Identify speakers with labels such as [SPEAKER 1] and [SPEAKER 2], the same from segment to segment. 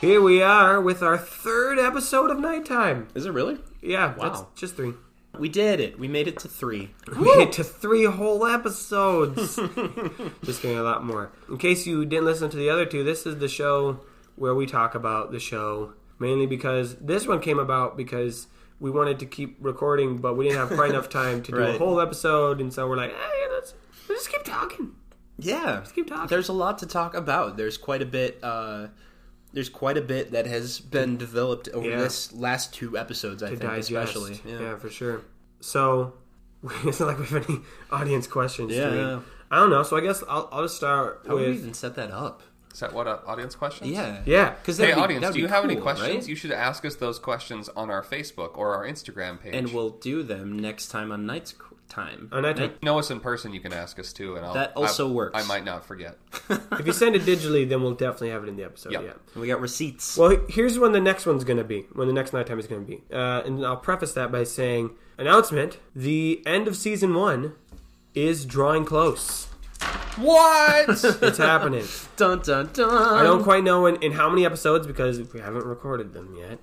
[SPEAKER 1] Here we are with our third episode of Nighttime.
[SPEAKER 2] Is it really?
[SPEAKER 1] Yeah, that's
[SPEAKER 2] Wow.
[SPEAKER 1] just three.
[SPEAKER 2] We did it. We made it to three.
[SPEAKER 1] We made it to three whole episodes. just kidding, a lot more. In case you didn't listen to the other two, this is the show where we talk about the show mainly because this one came about because we wanted to keep recording, but we didn't have quite enough time to do a
[SPEAKER 2] Right.
[SPEAKER 1] whole episode, and so we're like, hey, let's, let's just keep talking.
[SPEAKER 2] Yeah.
[SPEAKER 1] keep talking.
[SPEAKER 2] There's a lot to talk about. There's quite a bit. Uh, there's quite a bit that has been developed over
[SPEAKER 1] Yeah.
[SPEAKER 2] this last two episodes. I think,
[SPEAKER 1] digest.
[SPEAKER 2] especially.
[SPEAKER 1] Yeah. for sure. So it's not like we have any audience questions. do
[SPEAKER 2] Yeah,
[SPEAKER 1] we?
[SPEAKER 2] yeah.
[SPEAKER 1] I don't know. So I guess I'll, I'll just start
[SPEAKER 2] How would we
[SPEAKER 1] with
[SPEAKER 2] even set that up?
[SPEAKER 3] Set what up? Audience questions?
[SPEAKER 2] Yeah.
[SPEAKER 1] yeah.
[SPEAKER 2] Because
[SPEAKER 3] Hey, audience, do you have any questions? You should ask us those questions on our Facebook or our Instagram page.
[SPEAKER 2] And we'll do them next time on night's c- time.
[SPEAKER 1] On nighttime.
[SPEAKER 3] know us in person. You can ask us too, and I'll,
[SPEAKER 2] That also
[SPEAKER 3] I,
[SPEAKER 2] works.
[SPEAKER 3] I might not forget.
[SPEAKER 1] If you send it digitally, then we'll definitely have it in the episode.
[SPEAKER 3] Yeah.
[SPEAKER 1] Yeah.
[SPEAKER 2] And we got receipts.
[SPEAKER 1] Well, here's when the next one's going to be, when the next nighttime is going to be. Uh, and I'll preface that by saying announcement the end of season one is drawing close.
[SPEAKER 2] what?
[SPEAKER 1] It's happening.
[SPEAKER 2] dun dun dun.
[SPEAKER 1] I don't
[SPEAKER 2] Um,
[SPEAKER 1] quite know in, in how many episodes because we haven't recorded them yet.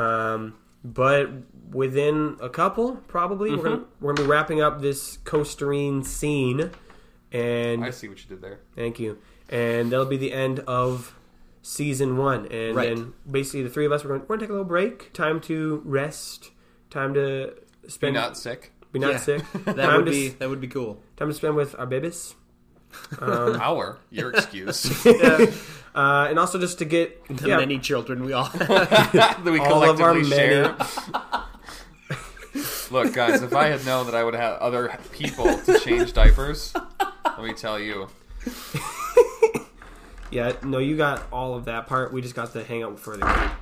[SPEAKER 1] Um, but within a couple, probably, we're gonna
[SPEAKER 2] Mm-hmm.
[SPEAKER 1] we're gonna be wrapping up this coasterine scene, and
[SPEAKER 3] I see what you did there.
[SPEAKER 1] thank you, and that'll be the end of season one. And
[SPEAKER 2] Right.
[SPEAKER 1] then basically, the three of us we're going we're gonna take a little break, time to rest, time to
[SPEAKER 3] Be
[SPEAKER 1] spend
[SPEAKER 3] not sick.
[SPEAKER 1] be not
[SPEAKER 2] Yeah.
[SPEAKER 1] sick,
[SPEAKER 2] That
[SPEAKER 1] time
[SPEAKER 2] would
[SPEAKER 1] to
[SPEAKER 2] be
[SPEAKER 1] s-
[SPEAKER 2] that would be cool.
[SPEAKER 1] time to spend with our babies.
[SPEAKER 3] Our, your excuse.
[SPEAKER 1] Uh, and also just to get
[SPEAKER 2] The
[SPEAKER 1] yeah,
[SPEAKER 2] many children we all have.
[SPEAKER 3] that we
[SPEAKER 1] All of our
[SPEAKER 3] collectively share. Look, guys, if I had known that I would have other people to change diapers, let me tell you,
[SPEAKER 1] Yeah, no, you got all of that part. We just got to hang out for the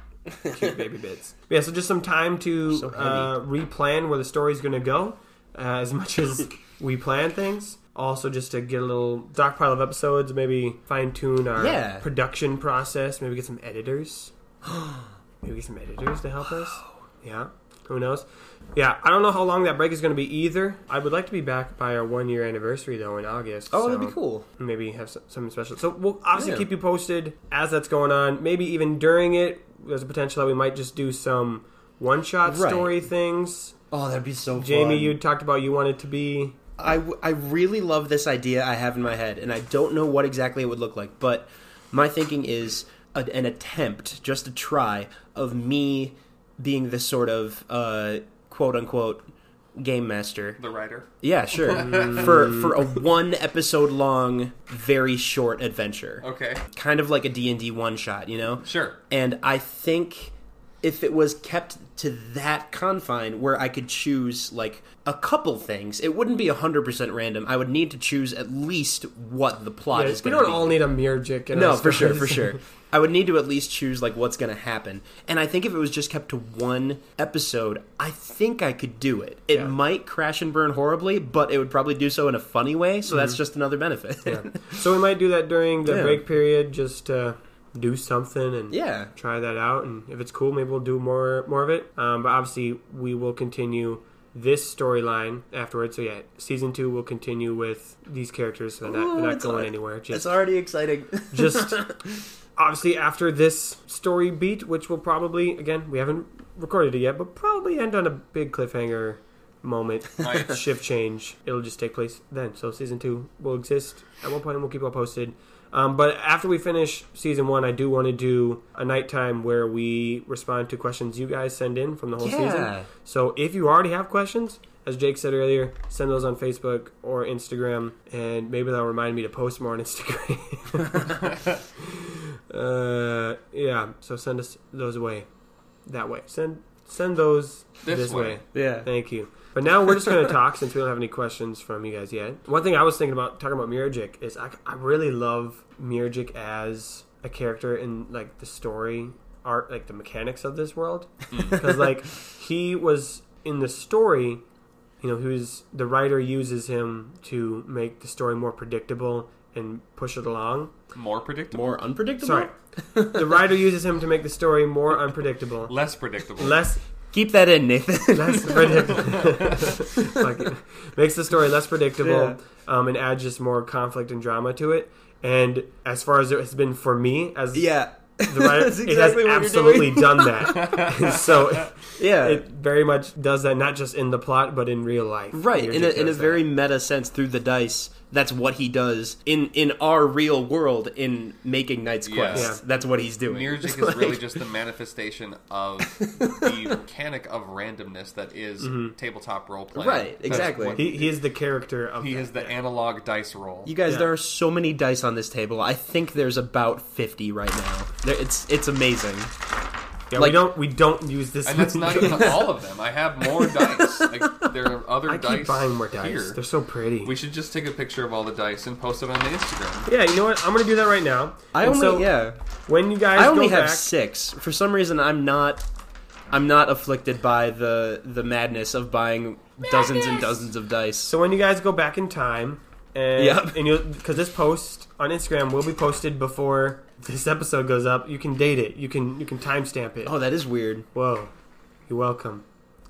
[SPEAKER 1] cute, cute baby bits. Yeah, so just some time to
[SPEAKER 2] So heavy.
[SPEAKER 1] uh, replan where the story's going to go, uh, as much as we plan things. Also, just to get a little stockpile of episodes, maybe fine tune our
[SPEAKER 2] Yeah.
[SPEAKER 1] production process, maybe get some editors. maybe get some editors to help us. Yeah, who knows? Yeah, I don't know how long that break is going to be either. I would like to be back by our one year anniversary, though, in August.
[SPEAKER 2] Oh, that'd be
[SPEAKER 1] so-
[SPEAKER 2] cool.
[SPEAKER 1] maybe have some- something special. So we'll obviously
[SPEAKER 2] Yeah.
[SPEAKER 1] keep you posted as that's going on. Maybe even during it, there's a potential that we might just do some one-shot
[SPEAKER 2] Right.
[SPEAKER 1] story things.
[SPEAKER 2] Oh, that'd be so
[SPEAKER 1] Jamie, you talked about you wanted to be
[SPEAKER 2] I, w- I really love this idea I have in my head, and I don't know what exactly it would look like, but my thinking is a, an attempt, just a try, of me being this sort of uh, quote unquote game master.
[SPEAKER 3] the writer.
[SPEAKER 2] Yeah, sure. for for a one episode long, very short adventure,
[SPEAKER 3] Okay,
[SPEAKER 2] kind of like a D and D one shot, you know?
[SPEAKER 3] sure.
[SPEAKER 2] And I think if it was kept to that confine where I could choose like a couple things, it wouldn't be 100% random. I would need to choose at least what the plot is
[SPEAKER 1] we
[SPEAKER 2] going to
[SPEAKER 1] don't
[SPEAKER 2] be.
[SPEAKER 1] all need a Mirjik. in
[SPEAKER 2] no,
[SPEAKER 1] our
[SPEAKER 2] for sure,
[SPEAKER 1] stories.
[SPEAKER 2] for sure. I would need to at least choose like what's going to happen. And I think if it was just kept to one episode, I think I could do it. It
[SPEAKER 1] Yeah.
[SPEAKER 2] might crash and burn horribly, but it would probably do so in a funny way, so that's just another benefit.
[SPEAKER 1] Mm-hmm. Yeah. So we might do that during the
[SPEAKER 2] Yeah.
[SPEAKER 1] break period, just to do something and
[SPEAKER 2] yeah.
[SPEAKER 1] try that out. And if it's cool, maybe we'll do more more of it. Um, but obviously, we will continue this storyline afterwards. So yeah, season two will continue with these characters. So they're not, they're
[SPEAKER 2] Ooh,
[SPEAKER 1] not
[SPEAKER 2] it's
[SPEAKER 1] going
[SPEAKER 2] like-
[SPEAKER 1] anywhere.
[SPEAKER 2] It's
[SPEAKER 1] Just
[SPEAKER 2] already exciting.
[SPEAKER 1] just obviously after this story beat, which will probably again we haven't recorded it yet, but probably end on a big cliffhanger moment
[SPEAKER 3] Right.
[SPEAKER 1] shift change it'll just take place then so season two will exist at one point and we'll keep you all posted um, but after we finish season one i do want to do a nighttime where we respond to questions you guys send in from the whole
[SPEAKER 2] Yeah.
[SPEAKER 1] season so if you already have questions as jake said earlier send those on facebook or instagram and maybe that'll remind me to post more on instagram uh, yeah so send us those away that way send send those this,
[SPEAKER 3] This
[SPEAKER 1] way.
[SPEAKER 3] way.
[SPEAKER 2] yeah.
[SPEAKER 1] Thank you. But now we're just going to talk since we don't have any questions from you guys yet. One thing I was thinking about talking about Mirjik is I, I really love Mirjik as a character in like the story art, like the mechanics of this world, because like he was in the story. You know, he was the writer uses him to make the story more predictable and push it along.
[SPEAKER 3] More predictable,
[SPEAKER 2] More unpredictable.
[SPEAKER 1] Sorry, the writer uses him to make the story more unpredictable,
[SPEAKER 3] less predictable.
[SPEAKER 1] less
[SPEAKER 2] Keep that in, Nathan.
[SPEAKER 1] less predictable. makes the story less predictable
[SPEAKER 2] Yeah.
[SPEAKER 1] um, and adds just more conflict and drama to it. And as far as it has been for me, as
[SPEAKER 2] yeah.
[SPEAKER 1] The writer
[SPEAKER 2] That's
[SPEAKER 1] it has
[SPEAKER 2] exactly what you're
[SPEAKER 1] absolutely
[SPEAKER 2] doing.
[SPEAKER 1] done that. And so it,
[SPEAKER 2] Yeah.
[SPEAKER 1] very much does that, not just in the plot, but in real life.
[SPEAKER 2] Right,
[SPEAKER 1] Mirror
[SPEAKER 2] in a,
[SPEAKER 1] Jig
[SPEAKER 2] in a
[SPEAKER 1] does that.
[SPEAKER 2] very meta sense, through the dice, that's what he does in in our real world in making Knight's
[SPEAKER 3] Yeah.
[SPEAKER 2] Quest.
[SPEAKER 1] Yeah.
[SPEAKER 2] That's what he's doing.
[SPEAKER 3] Mirjik is
[SPEAKER 2] Like-
[SPEAKER 3] really just the manifestation of the mechanic of randomness that is tabletop role playing.
[SPEAKER 2] Mm-hmm. Right,
[SPEAKER 3] That's
[SPEAKER 2] exactly.
[SPEAKER 3] what-
[SPEAKER 1] He, he is the character of.
[SPEAKER 3] he
[SPEAKER 1] that,
[SPEAKER 3] is the
[SPEAKER 1] yeah.
[SPEAKER 3] analog dice roll.
[SPEAKER 2] You guys,
[SPEAKER 1] Yeah.
[SPEAKER 2] there are so many dice on this table. I think there's about fifty right now. There, it's it's amazing.
[SPEAKER 1] Yeah,
[SPEAKER 2] like-
[SPEAKER 1] we don't we don't use this.
[SPEAKER 3] and that's not even all of them. I have more dice. Like there are other
[SPEAKER 1] I
[SPEAKER 3] dice
[SPEAKER 1] keep buying more dice.
[SPEAKER 3] here.
[SPEAKER 1] They're so pretty.
[SPEAKER 3] We should just take a picture of all the dice and post it on the Instagram.
[SPEAKER 1] yeah, you know what? I'm gonna do that right now.
[SPEAKER 2] I
[SPEAKER 1] And
[SPEAKER 2] only
[SPEAKER 1] so
[SPEAKER 2] yeah.
[SPEAKER 1] When you guys
[SPEAKER 2] I only
[SPEAKER 1] go
[SPEAKER 2] have
[SPEAKER 1] back,
[SPEAKER 2] six. For some reason, I'm not. I'm not afflicted by the the madness of buying dozens and dozens of dice.
[SPEAKER 1] So when you guys go back in time, and
[SPEAKER 2] Yep.
[SPEAKER 1] and you because this post on Instagram will be posted before this episode goes up, you can date it. You can you can timestamp it.
[SPEAKER 2] oh, that is weird.
[SPEAKER 1] Whoa, you're welcome.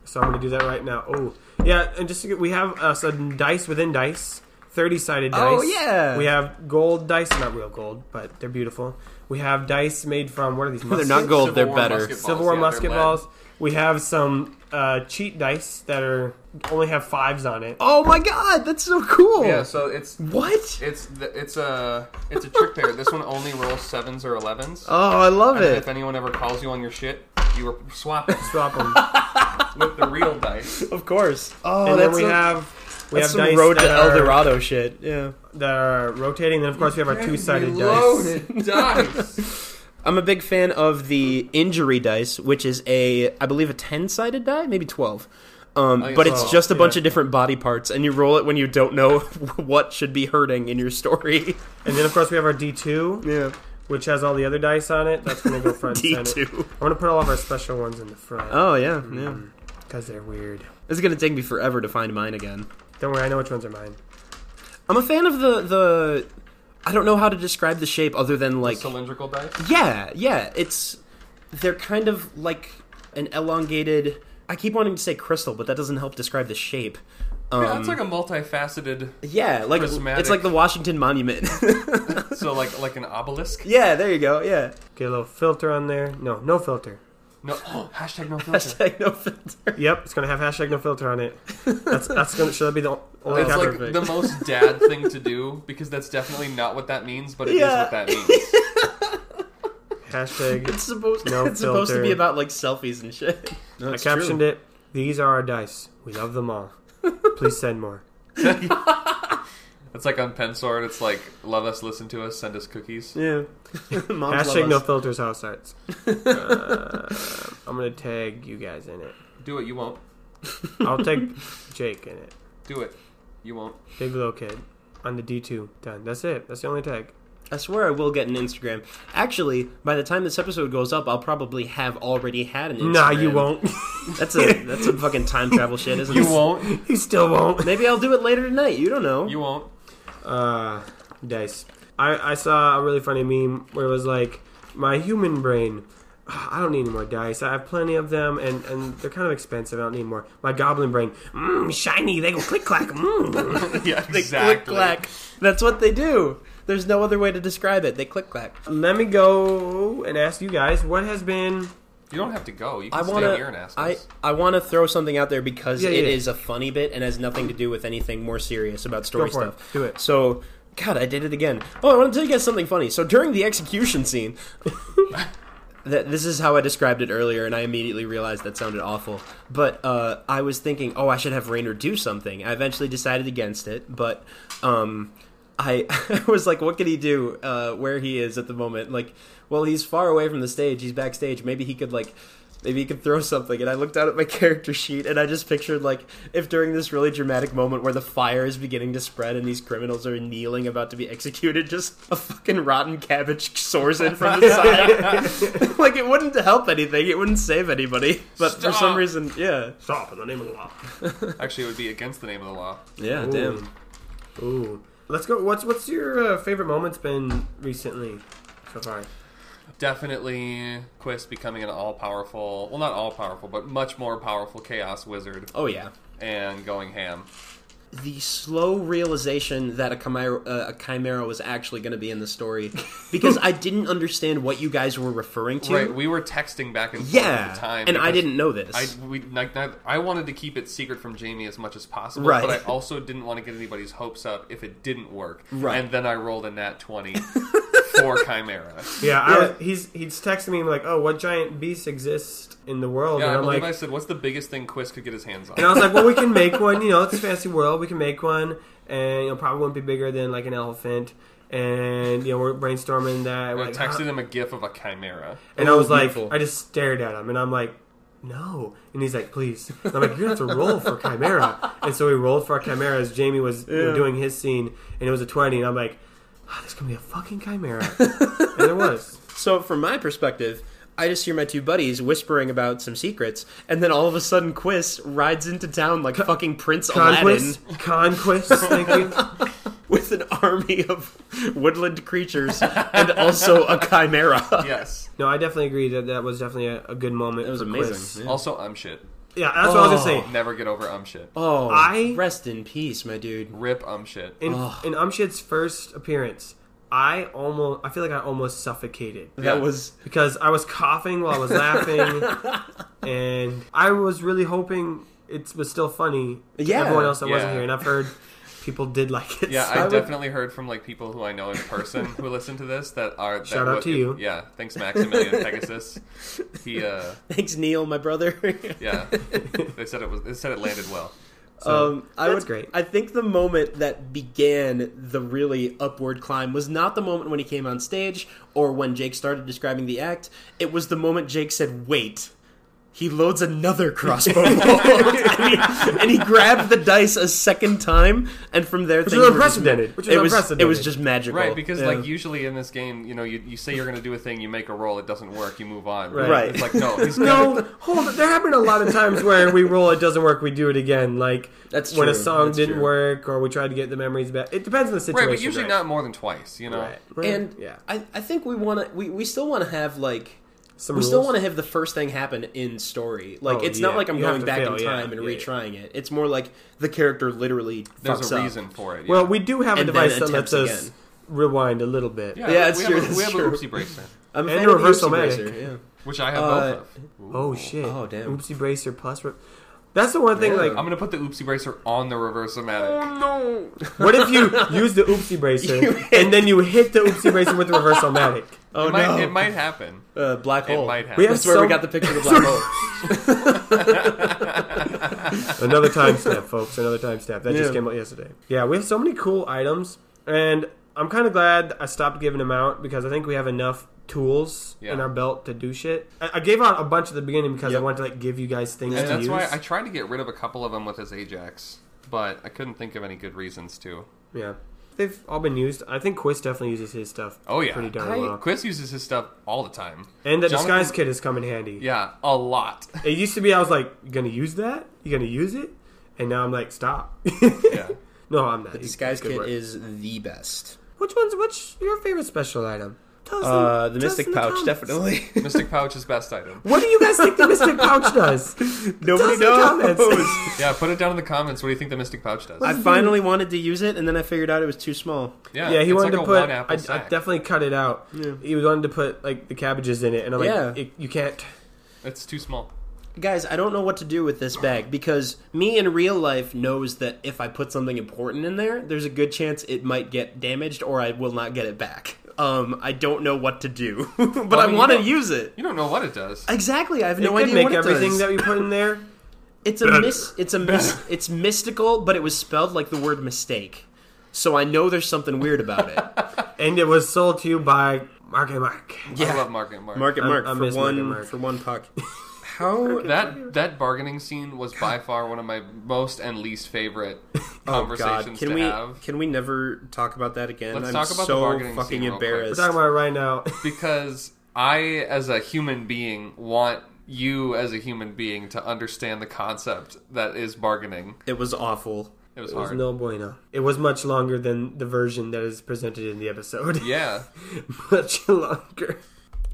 [SPEAKER 1] So I'm gonna do that right now. Oh yeah, and just to get, we have uh, some dice within dice, thirty sided dice.
[SPEAKER 2] Oh, yeah.
[SPEAKER 1] we have gold dice, not real gold, but they're beautiful. We have dice made from what are these?
[SPEAKER 2] They're
[SPEAKER 1] muskets?
[SPEAKER 2] not gold.
[SPEAKER 3] Civil
[SPEAKER 2] they're
[SPEAKER 3] War
[SPEAKER 2] better.
[SPEAKER 3] musket balls,
[SPEAKER 1] Civil War
[SPEAKER 3] yeah, they're
[SPEAKER 1] musket
[SPEAKER 3] lead.
[SPEAKER 1] balls. We have some uh, cheat dice that are only have fives on it.
[SPEAKER 2] Oh my god, that's so cool.
[SPEAKER 3] Yeah, so it's
[SPEAKER 2] What?
[SPEAKER 3] it's th- it's a it's a trick pair. This one only rolls sevens or elevens.
[SPEAKER 2] Oh, I love
[SPEAKER 3] And
[SPEAKER 2] it.
[SPEAKER 3] if anyone ever calls you on your shit, you were swapping
[SPEAKER 1] Swap 'em.
[SPEAKER 3] with the real dice.
[SPEAKER 2] Of course. Oh,
[SPEAKER 1] and then
[SPEAKER 2] that's
[SPEAKER 1] we
[SPEAKER 2] some-
[SPEAKER 1] have we
[SPEAKER 2] that's
[SPEAKER 1] have
[SPEAKER 2] some
[SPEAKER 1] dice
[SPEAKER 2] road to
[SPEAKER 1] that,
[SPEAKER 2] El
[SPEAKER 1] are,
[SPEAKER 2] Dorado shit. Yeah.
[SPEAKER 1] that are rotating. Then of course we have our two sided dice.
[SPEAKER 3] Reloaded dice.
[SPEAKER 2] I'm a big fan of the injury dice, which is a, I believe, a ten-sided die, maybe twelve. Um,
[SPEAKER 3] I think
[SPEAKER 2] but
[SPEAKER 3] it's
[SPEAKER 2] it's
[SPEAKER 3] 12,
[SPEAKER 2] just a bunch
[SPEAKER 1] yeah.
[SPEAKER 2] of different body parts, and you roll it when you don't know what should be hurting in your story.
[SPEAKER 1] And then of course we have our D two,
[SPEAKER 2] Yeah,
[SPEAKER 1] which has all the other dice on it. That's gonna go front
[SPEAKER 2] D
[SPEAKER 1] and center.
[SPEAKER 2] two.
[SPEAKER 1] I'm gonna put all of our special ones in the front
[SPEAKER 2] Oh yeah, yeah.
[SPEAKER 1] because they're weird.
[SPEAKER 2] This is gonna take me forever to find mine again.
[SPEAKER 1] Don't worry, I know which ones are mine.
[SPEAKER 2] I'm a fan of the the. I don't know how to describe the shape other than like
[SPEAKER 3] Cylindrical dice.
[SPEAKER 2] Yeah, yeah. It's they're kind of like an elongated. I keep wanting to say crystal, but that doesn't help describe the shape. Um,
[SPEAKER 3] yeah, it's like a multifaceted.
[SPEAKER 2] yeah, like
[SPEAKER 3] prismatic.
[SPEAKER 2] it's like the Washington Monument.
[SPEAKER 3] So like like an obelisk.
[SPEAKER 2] yeah, there you go. Yeah,
[SPEAKER 1] Get a little filter on there. No, no filter.
[SPEAKER 3] No hashtag no filter.
[SPEAKER 2] hashtag no filter.
[SPEAKER 1] Yep, it's gonna have hashtag no filter on it. That's that's gonna should that be the only
[SPEAKER 3] It's
[SPEAKER 1] topic?
[SPEAKER 3] like
[SPEAKER 2] perfect.
[SPEAKER 3] the most dad thing to do because that's definitely not what that means, but it is
[SPEAKER 2] Yeah.
[SPEAKER 3] what that means.
[SPEAKER 1] hashtag.
[SPEAKER 2] It's supposed
[SPEAKER 1] No
[SPEAKER 2] it's supposed to be
[SPEAKER 1] filter.
[SPEAKER 2] about like selfies and shit.
[SPEAKER 1] I captioned it. These are our dice. We love them all. Please send more.
[SPEAKER 3] It's like on Pensort. It's like love us, listen to us, send us cookies.
[SPEAKER 1] Yeah.
[SPEAKER 2] it. Moms
[SPEAKER 1] Hashtag no
[SPEAKER 2] love us.
[SPEAKER 1] filters house arts. Uh, I'm gonna tag you guys in it.
[SPEAKER 3] Do it, you won't.
[SPEAKER 1] I'll tag Jake in it.
[SPEAKER 3] Do it, you won't.
[SPEAKER 1] Big little kid on the D2. Done. That's it. That's the only tag.
[SPEAKER 2] I swear I will get an Instagram. Actually, by the time this episode goes up, I'll probably have already had an Instagram.
[SPEAKER 1] Nah, you won't.
[SPEAKER 2] That's a that's some fucking time travel shit, isn't
[SPEAKER 3] You
[SPEAKER 2] it?
[SPEAKER 3] won't.
[SPEAKER 1] you still won't.
[SPEAKER 2] Maybe I'll do it later tonight. You don't know.
[SPEAKER 3] You won't.
[SPEAKER 1] Uh, dice. I I saw a really funny meme where it was like, my human brain. "Ah, I don't need any more dice. I have plenty of them, and, and they're kind of expensive. I don't need more. My goblin brain, mmm, shiny. They go click clack. Mmm.
[SPEAKER 3] Yeah,
[SPEAKER 2] They
[SPEAKER 3] exactly.
[SPEAKER 2] click clack. That's what they do. There's no other way to describe it. They click clack.
[SPEAKER 1] Let me go and ask you guys what has been
[SPEAKER 3] You don't have to go. You can
[SPEAKER 2] I
[SPEAKER 3] want stay here and
[SPEAKER 2] wanna,
[SPEAKER 3] ask
[SPEAKER 2] I,
[SPEAKER 3] us.
[SPEAKER 2] I wanna throw something out there because
[SPEAKER 1] Yeah,
[SPEAKER 2] it is
[SPEAKER 1] yeah, yeah.
[SPEAKER 2] a funny bit and has nothing to do with anything more serious about story
[SPEAKER 1] Go for it.
[SPEAKER 2] stuff.
[SPEAKER 1] Do it.
[SPEAKER 2] So, God, I did it again. Oh, I want to tell you guys something funny. So during the execution scene, that this is how I described it earlier, and I immediately realized that sounded awful. But uh, I was thinking, oh, I should have Rainer do something. I eventually decided against it, but um, I, I was like, what could he do uh, where he is at the moment? Like, well, he's far away from the stage. He's backstage. Maybe he could like. Maybe he could throw something, and I looked out at my character sheet, and I just pictured like if during this really dramatic moment where the fire is beginning to spread and these criminals are kneeling about to be executed, just a fucking rotten cabbage soars in from the side like it wouldn't help anything. It wouldn't save anybody. But for
[SPEAKER 3] Stop.
[SPEAKER 2] some reason, yeah,
[SPEAKER 1] stop in the name of the law.
[SPEAKER 3] Actually, it would be against the name of the law.
[SPEAKER 2] yeah,
[SPEAKER 1] Ooh. damn. Ooh, let's go. What's what's your uh, favorite moment's been recently so far?
[SPEAKER 3] Definitely, Quist becoming an all-powerful. Well, not all-powerful, but much more powerful chaos wizard,
[SPEAKER 2] Oh yeah,
[SPEAKER 3] and going ham.
[SPEAKER 2] the slow realization that a chimera, uh, a chimera was actually going to be in the story because I didn't understand what you guys were referring to.
[SPEAKER 3] Right, we were texting back and forth
[SPEAKER 2] yeah,
[SPEAKER 3] at the time,
[SPEAKER 2] and I
[SPEAKER 3] because
[SPEAKER 2] didn't know this.
[SPEAKER 3] I we like neith- I wanted to keep it secret from Jamie as much as possible,
[SPEAKER 2] Right.
[SPEAKER 3] but I also didn't want to get anybody's hopes up if it didn't work.
[SPEAKER 2] Right.
[SPEAKER 3] and then I rolled a nat twenty for Chimera.
[SPEAKER 1] Yeah, I
[SPEAKER 2] Yeah.
[SPEAKER 1] was, he's he's texting me like, "Oh, what giant beasts exist in the world?"
[SPEAKER 3] Yeah, I
[SPEAKER 1] and I'm
[SPEAKER 3] believe
[SPEAKER 1] like,
[SPEAKER 3] I said, "What's the biggest thing Quiz could get his hands on?"
[SPEAKER 1] and I was like, "Well, we can make one. You know, it's a fancy world. We can make one, and you know, probably won't be bigger than like an elephant." And you know, we're brainstorming that.
[SPEAKER 3] I
[SPEAKER 1] We're like, "Huh?"
[SPEAKER 3] texted him a gif of a chimera.
[SPEAKER 1] And I was like,
[SPEAKER 2] Oh, beautiful.
[SPEAKER 1] I just stared at him, and I'm like, no. And he's like, please. And I'm like, you have to roll for Chimera. And so we rolled for Chimera as Jamie was you know,
[SPEAKER 2] Yeah.
[SPEAKER 1] doing his scene, and it was a 20, and I'm like, ah, there's going to be a fucking Chimera. and there was.
[SPEAKER 2] So, from my perspective, I just hear my two buddies whispering about some secrets, and then all of a sudden, Quiz rides into town like fucking Prince Aladdin
[SPEAKER 1] Conquest. Conquest, thank you.
[SPEAKER 2] with an army of woodland creatures and also a chimera.
[SPEAKER 3] Yes.
[SPEAKER 1] No, I definitely agree that that was definitely a, a good moment.
[SPEAKER 2] That was
[SPEAKER 1] for Quiz.
[SPEAKER 2] amazing. yeah.
[SPEAKER 3] Also, um shit.
[SPEAKER 1] Yeah, that's what I was going to say.
[SPEAKER 3] Never get over um shit.
[SPEAKER 2] Oh,
[SPEAKER 1] I-
[SPEAKER 2] rest in peace, my dude.
[SPEAKER 3] Rip um shit.
[SPEAKER 1] In,
[SPEAKER 2] Oh.
[SPEAKER 1] in Umshit's first appearance, I almost, I feel like I almost suffocated.
[SPEAKER 2] That
[SPEAKER 3] Yeah.
[SPEAKER 2] was
[SPEAKER 1] because I was coughing while I was laughing, and I was really hoping it was still funny. to
[SPEAKER 2] Yeah.
[SPEAKER 1] everyone else that wasn't
[SPEAKER 3] Yeah.
[SPEAKER 1] here, and I've heard people did like it.
[SPEAKER 3] Yeah,
[SPEAKER 1] so
[SPEAKER 3] I
[SPEAKER 1] would-
[SPEAKER 3] definitely heard from like people who I know in person who listen to this that are that
[SPEAKER 1] Shout out
[SPEAKER 3] would-
[SPEAKER 1] to you.
[SPEAKER 3] Yeah, thanks Maximilian Pegasus. He uh
[SPEAKER 2] thanks, Neil, my brother.
[SPEAKER 3] yeah. They said it was they said it landed well.
[SPEAKER 1] So,
[SPEAKER 2] um, I
[SPEAKER 1] that's
[SPEAKER 2] would,
[SPEAKER 1] great.
[SPEAKER 2] I think the moment that began the really upward climb was not the moment when he came on stage or when Jake started describing the act. It was the moment Jake said, "Wait." He loads another crossbow bolt, and, he, and he grabbed the dice a second time, and from there
[SPEAKER 1] Which
[SPEAKER 2] things
[SPEAKER 1] is
[SPEAKER 2] were just-
[SPEAKER 1] unprecedented. Which is
[SPEAKER 2] it was
[SPEAKER 1] unprecedented.
[SPEAKER 2] it was just magical,
[SPEAKER 3] Right, because
[SPEAKER 2] Yeah.
[SPEAKER 3] like usually in this game, you know, you, you say you're gonna do a thing, you make a roll, it doesn't work, you move on.
[SPEAKER 1] Right.
[SPEAKER 2] Right.
[SPEAKER 3] It's like no, he's
[SPEAKER 1] no. Hold. on. There have been a lot of times where we roll, it doesn't work, we do it again. Like
[SPEAKER 2] That's
[SPEAKER 1] when a
[SPEAKER 2] true.
[SPEAKER 1] song
[SPEAKER 2] That's
[SPEAKER 1] didn't
[SPEAKER 2] true.
[SPEAKER 1] work, or we tried to get the memories back. It depends on the
[SPEAKER 3] Right,
[SPEAKER 1] situation.
[SPEAKER 3] but usually
[SPEAKER 1] right?
[SPEAKER 3] not more than twice, you know.
[SPEAKER 1] Right. Right.
[SPEAKER 2] and
[SPEAKER 1] yeah,
[SPEAKER 2] I, I think we want to we, we still want to have like
[SPEAKER 1] Some
[SPEAKER 2] we still
[SPEAKER 1] rules.
[SPEAKER 2] want to have the first thing happen in story. Like
[SPEAKER 1] Oh,
[SPEAKER 2] it's
[SPEAKER 1] yeah.
[SPEAKER 2] not like I'm
[SPEAKER 1] You have
[SPEAKER 2] going
[SPEAKER 1] to
[SPEAKER 2] back
[SPEAKER 1] fail,
[SPEAKER 2] in
[SPEAKER 1] yeah,
[SPEAKER 2] time and
[SPEAKER 1] yeah, yeah.
[SPEAKER 2] retrying it. It's more like the character literally
[SPEAKER 3] There's
[SPEAKER 2] fucks
[SPEAKER 3] a
[SPEAKER 2] up.
[SPEAKER 3] reason for it.
[SPEAKER 1] Well,
[SPEAKER 3] yeah.
[SPEAKER 1] we do have a
[SPEAKER 2] And then
[SPEAKER 1] device that
[SPEAKER 2] attempts
[SPEAKER 1] lets us
[SPEAKER 2] again.
[SPEAKER 1] rewind a little bit.
[SPEAKER 3] yeah,
[SPEAKER 2] yeah,
[SPEAKER 3] we-
[SPEAKER 2] it's
[SPEAKER 3] we
[SPEAKER 2] true,
[SPEAKER 3] Have a, we
[SPEAKER 2] that's
[SPEAKER 3] have
[SPEAKER 2] true.
[SPEAKER 3] a oopsie bracer,
[SPEAKER 1] And
[SPEAKER 2] I'm a fan of the
[SPEAKER 1] reversal
[SPEAKER 2] Oopsie
[SPEAKER 1] magic.
[SPEAKER 2] Bracer, yeah.
[SPEAKER 3] which I have
[SPEAKER 2] Uh,
[SPEAKER 3] both of. Ooh.
[SPEAKER 1] Oh shit.
[SPEAKER 2] Oh, damn.
[SPEAKER 1] Oopsie bracer plus. Re- that's the one thing.
[SPEAKER 2] Yeah.
[SPEAKER 1] Like
[SPEAKER 3] I'm gonna put the oopsie bracer on the reverse matic.
[SPEAKER 1] no! What if you use the oopsie
[SPEAKER 2] You
[SPEAKER 1] bracer
[SPEAKER 2] hit-
[SPEAKER 1] and then you hit the oopsie bracer with the reverse matic?
[SPEAKER 2] Oh
[SPEAKER 3] it might,
[SPEAKER 2] no!
[SPEAKER 3] It might happen.
[SPEAKER 2] uh, black
[SPEAKER 3] It
[SPEAKER 2] hole.
[SPEAKER 3] might happen.
[SPEAKER 1] We have
[SPEAKER 2] That's where
[SPEAKER 1] some-
[SPEAKER 2] we got the picture of the black hole.
[SPEAKER 1] Another time step, folks. Another time step. That
[SPEAKER 2] Yeah.
[SPEAKER 1] just came out yesterday. Yeah, we have so many cool items, and I'm kind of glad I stopped giving them out because I think we have enough tools in
[SPEAKER 3] Yeah.
[SPEAKER 1] our belt to do shit. I, I gave out a bunch at the beginning because
[SPEAKER 2] Yep.
[SPEAKER 1] I wanted to like give you guys things
[SPEAKER 3] And
[SPEAKER 1] to
[SPEAKER 3] that's
[SPEAKER 1] use.
[SPEAKER 3] why I tried to get rid of a couple of them with his Ajax, but I couldn't think of any good reasons to.
[SPEAKER 1] yeah, they've all been used. I think Quiz definitely uses his stuff.
[SPEAKER 3] Oh yeah,
[SPEAKER 1] pretty darn
[SPEAKER 3] I-
[SPEAKER 1] well.
[SPEAKER 3] Quiz uses his stuff all the time.
[SPEAKER 1] And the
[SPEAKER 3] Jonathan-
[SPEAKER 1] disguise kit has come in handy.
[SPEAKER 3] Yeah, a lot.
[SPEAKER 1] It used to be I was like, you gonna use that? You gonna use it? And now I'm like, stop.
[SPEAKER 3] Yeah,
[SPEAKER 1] no, I'm not. The
[SPEAKER 2] Disguise kit is the best.
[SPEAKER 1] Which one's which? Your favorite special item? Tell us
[SPEAKER 2] Uh,
[SPEAKER 1] in-
[SPEAKER 2] the
[SPEAKER 1] tell us
[SPEAKER 2] mystic
[SPEAKER 1] in the
[SPEAKER 2] pouch,
[SPEAKER 1] comments.
[SPEAKER 2] definitely.
[SPEAKER 3] Mystic Pouch is best item.
[SPEAKER 1] What do you guys think the mystic pouch does?
[SPEAKER 2] Nobody
[SPEAKER 1] Tell us in the
[SPEAKER 2] knows.
[SPEAKER 1] comments.
[SPEAKER 3] Yeah, put it down in the comments. What do you think the Mystic Pouch does?
[SPEAKER 2] I finally wanted to use it, and then I figured out it was too small.
[SPEAKER 3] Yeah,
[SPEAKER 1] yeah, he
[SPEAKER 3] it's
[SPEAKER 1] wanted
[SPEAKER 3] like a
[SPEAKER 1] to put.
[SPEAKER 3] One
[SPEAKER 1] I,
[SPEAKER 3] apple
[SPEAKER 1] I
[SPEAKER 3] sack.
[SPEAKER 1] definitely cut it out. He wanted to put like the cabbages in it, and I'm like,
[SPEAKER 2] Yeah.
[SPEAKER 1] it, you can't.
[SPEAKER 3] It's too small.
[SPEAKER 2] guys, I don't know what to do with this bag because me in real life knows that if I put something important in there, there's a good chance it might get damaged or I will not get it back. Um, I don't know what to do, but I
[SPEAKER 3] mean, you
[SPEAKER 2] want to
[SPEAKER 3] don't-
[SPEAKER 2] use it.
[SPEAKER 3] You don't know what it does.
[SPEAKER 2] Exactly, I have no
[SPEAKER 1] it could
[SPEAKER 2] idea
[SPEAKER 1] make
[SPEAKER 2] what it
[SPEAKER 1] everything
[SPEAKER 2] does.
[SPEAKER 1] that we put in there.
[SPEAKER 2] it's a mis- it's a mis- it's mystical, but it was spelled like the word mistake. So I know there's something weird about it.
[SPEAKER 1] And it was sold to you by Mark and Mark.
[SPEAKER 3] I love Mark and Mark.
[SPEAKER 2] Market
[SPEAKER 1] I-
[SPEAKER 2] mark
[SPEAKER 1] I
[SPEAKER 2] for
[SPEAKER 1] miss Mark
[SPEAKER 2] one
[SPEAKER 1] and Mark.
[SPEAKER 2] for one puck. How
[SPEAKER 3] That that bargaining scene was by far one of my most and least favorite conversations
[SPEAKER 2] Oh, can
[SPEAKER 3] to
[SPEAKER 2] we
[SPEAKER 3] have.
[SPEAKER 2] can we never talk about that again?
[SPEAKER 3] Let's
[SPEAKER 2] I'm
[SPEAKER 3] talk about the
[SPEAKER 2] so
[SPEAKER 3] bargaining
[SPEAKER 2] fucking
[SPEAKER 3] scene real quick.
[SPEAKER 1] We're
[SPEAKER 2] embarrassed.
[SPEAKER 1] talking about it right now.
[SPEAKER 3] because I, as a human being, want you as a human being to understand the concept that is bargaining.
[SPEAKER 2] It was awful.
[SPEAKER 3] It was
[SPEAKER 1] It was
[SPEAKER 3] hard.
[SPEAKER 1] no bueno. It was much longer than the version that is presented in the episode.
[SPEAKER 3] yeah,
[SPEAKER 1] much longer.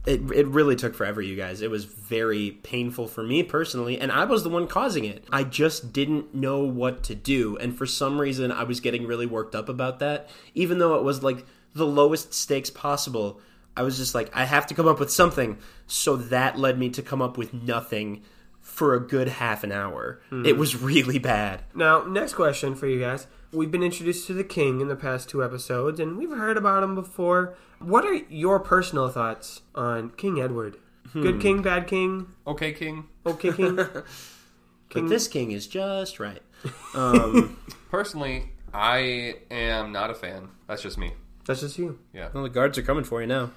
[SPEAKER 2] it, it really took forever, you guys. It was very painful for me personally, and I was the one causing it. I just didn't know what to do, and for some reason, I was getting really worked up about that, even though it was like the lowest stakes possible. I was just like, I have to come up with something. So that led me to come up with nothing for a good half an hour. It was really bad.
[SPEAKER 1] Now, next question for you guys. We've been introduced to the king in the past two episodes, and we've heard about him before. What are your personal thoughts on King Edward?
[SPEAKER 2] Hmm.
[SPEAKER 1] Good king, bad king,
[SPEAKER 3] Okay, King.
[SPEAKER 1] okay king.
[SPEAKER 2] But this king is just right. Um,
[SPEAKER 3] Personally, I am not a fan. That's just me.
[SPEAKER 1] That's just you.
[SPEAKER 3] Yeah.
[SPEAKER 2] Well, the guards are coming for you now.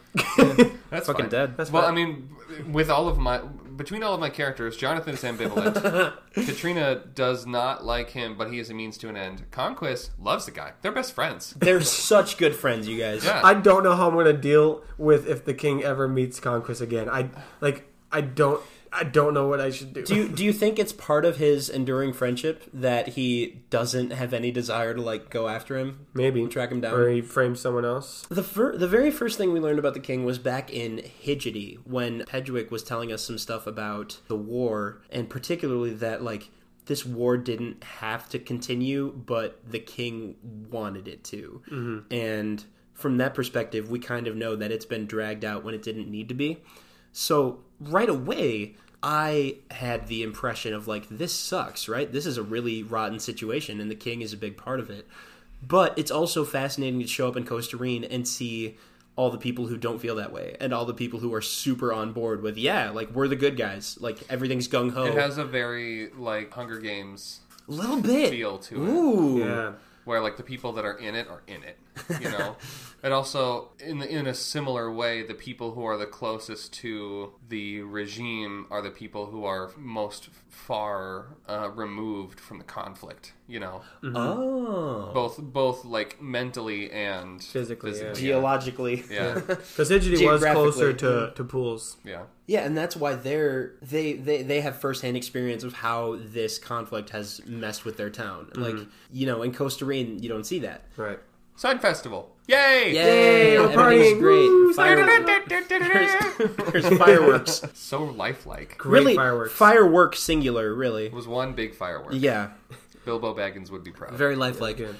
[SPEAKER 3] That's
[SPEAKER 2] Fucking
[SPEAKER 3] fine.
[SPEAKER 2] dead. That's
[SPEAKER 3] well,
[SPEAKER 1] fine.
[SPEAKER 3] I mean, with all of my between all of my characters, Jonathan is ambivalent. Katrina does not like him, but he is a means to an end. Conquest loves the guy. They're best friends.
[SPEAKER 2] They're such good friends, you guys.
[SPEAKER 3] Yeah.
[SPEAKER 1] I don't know how I'm going to deal with if the king ever meets Conquest again. I like. I don't. I don't know what I should do.
[SPEAKER 2] Do you, do you think it's part of his enduring friendship that he doesn't have any desire to like go after him?
[SPEAKER 1] Maybe
[SPEAKER 2] track him down.
[SPEAKER 1] or he frames someone else.
[SPEAKER 2] The fir- the very first thing we learned about the king was back in Hidgety when Pedgwick was telling us some stuff about the war and particularly that like this war didn't have to continue, but the king wanted it to. And from that perspective, we kind of know that it's been dragged out when it didn't need to be. So right away, I had the impression of like this sucks, right? This is a really rotten situation, and the king is a big part of it. But it's also fascinating to show up in Costa Rica and see all the people who don't feel that way, and all the people who are super on board with yeah, like we're the good guys, like everything's gung ho.
[SPEAKER 3] It has a very like Hunger Games
[SPEAKER 2] little bit
[SPEAKER 3] feel to it.
[SPEAKER 2] Ooh,
[SPEAKER 1] Yeah.
[SPEAKER 3] where like the people that are in it are in it, you know. and also in the, in a similar way, the people who are the closest to the regime are the people who are most far uh, removed from the conflict, you know.
[SPEAKER 2] Mm.
[SPEAKER 1] Mm-hmm.
[SPEAKER 2] oh,
[SPEAKER 3] Both both like mentally and
[SPEAKER 1] Physically, yeah.
[SPEAKER 2] geologically,
[SPEAKER 3] Yeah. yeah.
[SPEAKER 1] Because Hidgety was closer
[SPEAKER 2] Geographically.
[SPEAKER 1] to to pools.
[SPEAKER 3] Yeah.
[SPEAKER 2] Yeah, and that's why they're they they they have firsthand experience of how this conflict has messed with their town.
[SPEAKER 1] Mm-hmm.
[SPEAKER 2] Like you know, in Costa Rica, you don't see that.
[SPEAKER 1] Right.
[SPEAKER 3] Sign festival. Yay!
[SPEAKER 2] Yay!
[SPEAKER 1] we're
[SPEAKER 2] Everything's
[SPEAKER 1] partying.
[SPEAKER 2] great.
[SPEAKER 1] Woo,
[SPEAKER 2] Fireworks. There's, there's fireworks.
[SPEAKER 3] So lifelike.
[SPEAKER 1] Great
[SPEAKER 2] really,
[SPEAKER 1] fireworks.
[SPEAKER 2] firework singular. Really.
[SPEAKER 3] It was one big firework.
[SPEAKER 2] Yeah.
[SPEAKER 3] Bilbo Baggins would be proud.
[SPEAKER 2] Very lifelike.
[SPEAKER 1] Good.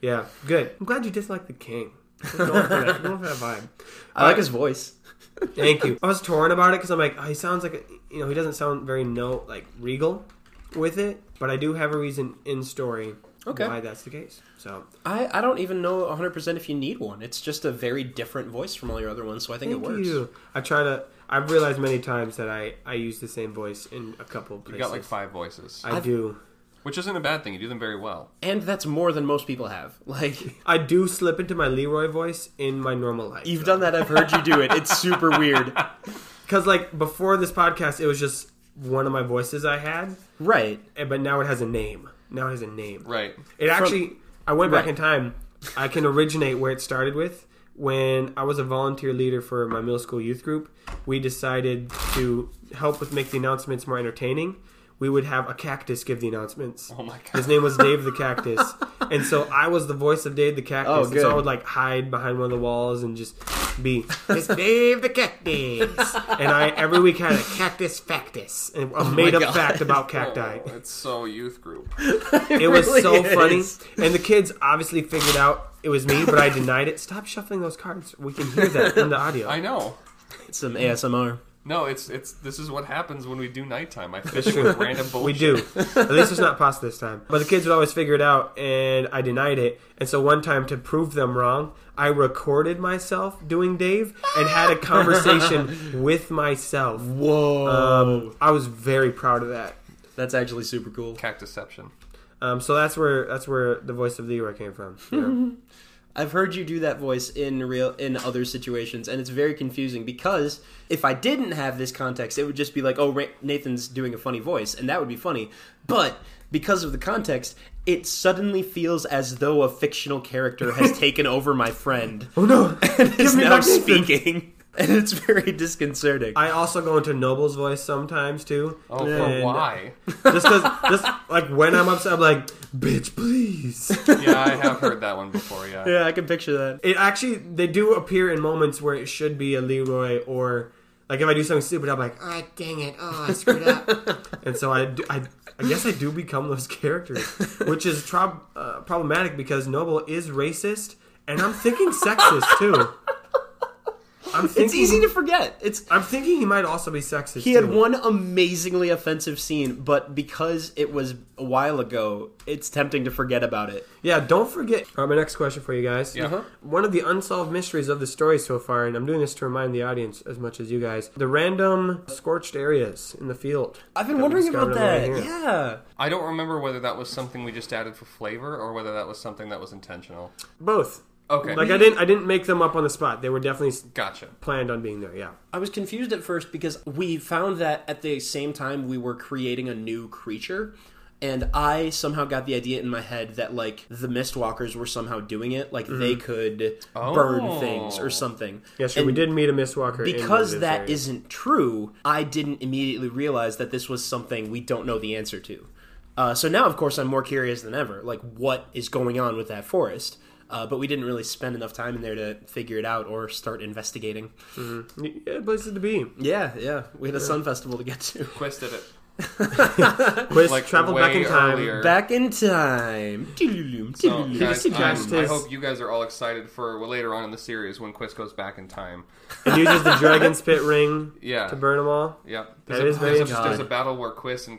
[SPEAKER 1] Yeah. Good. I'm glad you dislike the king. Go for that. Go for that vibe.
[SPEAKER 2] I like his voice.
[SPEAKER 1] Thank you. I was torn about it because I'm like, oh, he sounds like a, you know, he doesn't sound very no like regal with it, but I do have a reason in story
[SPEAKER 2] Okay.
[SPEAKER 1] why that's the case. So
[SPEAKER 2] I, I don't even know 100% if you need one. It's just a very different voice from all your other ones, so I think
[SPEAKER 1] thank
[SPEAKER 2] it works.
[SPEAKER 1] you. I try to. I've realized many times that I I use the same voice in a couple
[SPEAKER 3] You
[SPEAKER 1] places.
[SPEAKER 3] got like five voices,
[SPEAKER 1] I do.
[SPEAKER 3] which isn't a bad thing. You do them very well.
[SPEAKER 2] And that's more than most people have. Like,
[SPEAKER 1] I do slip into my Leroy voice in my normal life.
[SPEAKER 2] you've done that. I've heard you do it. It's super weird.
[SPEAKER 1] because like before this podcast, it was just one of my voices I had,
[SPEAKER 2] Right.
[SPEAKER 1] and- but now it has a name. Now it has a name.
[SPEAKER 3] Right.
[SPEAKER 1] It actually, I went back
[SPEAKER 2] Right.
[SPEAKER 1] in time. I can originate where it started with. When I was a volunteer leader for my middle school youth group, we decided to help with make the announcements more entertaining. We would have a cactus give the announcements.
[SPEAKER 3] Oh my God.
[SPEAKER 1] His name was Dave the Cactus, and so I was the voice of Dave the Cactus.
[SPEAKER 2] Oh,
[SPEAKER 1] And so I
[SPEAKER 2] good.
[SPEAKER 1] would like hide behind one of the walls and just be it's Dave the Cactus, and I every week had a cactus factus, and a made up
[SPEAKER 2] Oh God.
[SPEAKER 1] fact about cacti.
[SPEAKER 3] Oh, it's so youth group.
[SPEAKER 1] It was
[SPEAKER 2] really
[SPEAKER 1] so
[SPEAKER 2] is.
[SPEAKER 1] funny. And the kids obviously figured out it was me, but I denied it. Stop shuffling those cards. We can hear that in the audio.
[SPEAKER 3] I know.
[SPEAKER 2] Some ASMR.
[SPEAKER 3] No, it's it's this is what happens when we do nighttime. I fish with random bullshit.
[SPEAKER 1] we do. At least it's not pasta this time. But the kids would always figure it out, and I denied it. And so one time, to prove them wrong, I recorded myself doing Dave and had a conversation with myself.
[SPEAKER 2] Whoa.
[SPEAKER 1] Um, I was very proud of that.
[SPEAKER 2] that's actually super cool.
[SPEAKER 3] Cactusception.
[SPEAKER 1] Um, so that's where that's where the voice of Leroy came from. you know?
[SPEAKER 2] I've heard you do that voice in real in other situations, and it's very confusing because if I didn't have this context, it would just be like, oh, Ra- Nathan's doing a funny voice, and that would be funny. But because of the context, it suddenly feels as though a fictional character has taken over my friend
[SPEAKER 1] oh no!
[SPEAKER 2] and is
[SPEAKER 1] me
[SPEAKER 2] now
[SPEAKER 1] back Nathan.
[SPEAKER 2] speaking, and it's very disconcerting.
[SPEAKER 1] I also go into Noble's voice sometimes too.
[SPEAKER 3] Oh,
[SPEAKER 1] And-
[SPEAKER 3] for why?
[SPEAKER 1] just because just like when i'm upset i'm like bitch please
[SPEAKER 3] yeah, I have heard that one before. Yeah.
[SPEAKER 2] yeah, I can picture that.
[SPEAKER 1] it actually they do appear in moments where it should be a leroy or Like if I do something stupid, I'm like, ah, dang it, oh, I screwed up. and so I, do- I, I guess I do become those characters, which is trob- uh, problematic because Noble is racist, and I'm thinking sexist too. I'm thinking,
[SPEAKER 2] It's easy to forget. It's
[SPEAKER 1] I'm thinking he might also be sexist.
[SPEAKER 2] he had
[SPEAKER 1] too.
[SPEAKER 2] one amazingly offensive scene, but because it was a while ago, it's tempting to forget about it.
[SPEAKER 1] Yeah, don't forget. All right, my next question for you guys.
[SPEAKER 3] Yeah. Uh-huh.
[SPEAKER 1] One of the unsolved mysteries of the story so far, and I'm doing this to remind the audience as much as you guys, the random scorched areas in the field.
[SPEAKER 2] I've
[SPEAKER 1] that
[SPEAKER 2] been
[SPEAKER 1] we
[SPEAKER 2] wondering
[SPEAKER 1] discovered
[SPEAKER 2] about
[SPEAKER 1] on the way
[SPEAKER 2] that.
[SPEAKER 1] here.
[SPEAKER 2] Yeah.
[SPEAKER 3] I don't remember whether that was something we just added for flavor or whether that was something that was intentional.
[SPEAKER 1] Both.
[SPEAKER 3] Okay.
[SPEAKER 1] Like I didn't, I didn't make them up on the spot. They were definitely s-
[SPEAKER 3] Gotcha.
[SPEAKER 1] planned on being there. Yeah.
[SPEAKER 2] I was confused at first because we found that at the same time we were creating a new creature. And I somehow got the idea in my head that like the Mistwalkers were somehow doing it, like they could burn
[SPEAKER 3] Oh.
[SPEAKER 2] things or something.
[SPEAKER 1] Mm-hmm. Yeah, sure. we
[SPEAKER 2] And
[SPEAKER 1] did meet a Miss Walker in one of
[SPEAKER 2] Because
[SPEAKER 1] those
[SPEAKER 2] that
[SPEAKER 1] areas.
[SPEAKER 2] not true, I didn't immediately realize that this was something we don't know the answer to. Uh, so now, of course, I'm more curious than ever. Like, what is going on with that forest? Uh, but we didn't really spend enough time in there to figure it out or start investigating.
[SPEAKER 1] yeah, places to be.
[SPEAKER 2] Yeah, yeah. We had a sun festival to get to.
[SPEAKER 3] Quest did it.
[SPEAKER 1] Quiz
[SPEAKER 3] Like,
[SPEAKER 1] traveled back in
[SPEAKER 3] way
[SPEAKER 1] time.
[SPEAKER 3] earlier.
[SPEAKER 2] Back in time.
[SPEAKER 3] So, guys,
[SPEAKER 1] suggest
[SPEAKER 3] I'm- I
[SPEAKER 1] his-
[SPEAKER 3] hope you guys are all excited for well, later on in the series when Quist goes back in time.
[SPEAKER 1] and uses the dragon's pit ring
[SPEAKER 3] Yeah.
[SPEAKER 1] to burn them all.
[SPEAKER 3] Yeah,
[SPEAKER 1] That is
[SPEAKER 3] there's, a, there's, a,
[SPEAKER 1] very
[SPEAKER 3] there's a
[SPEAKER 1] odd.
[SPEAKER 3] battle where Quist and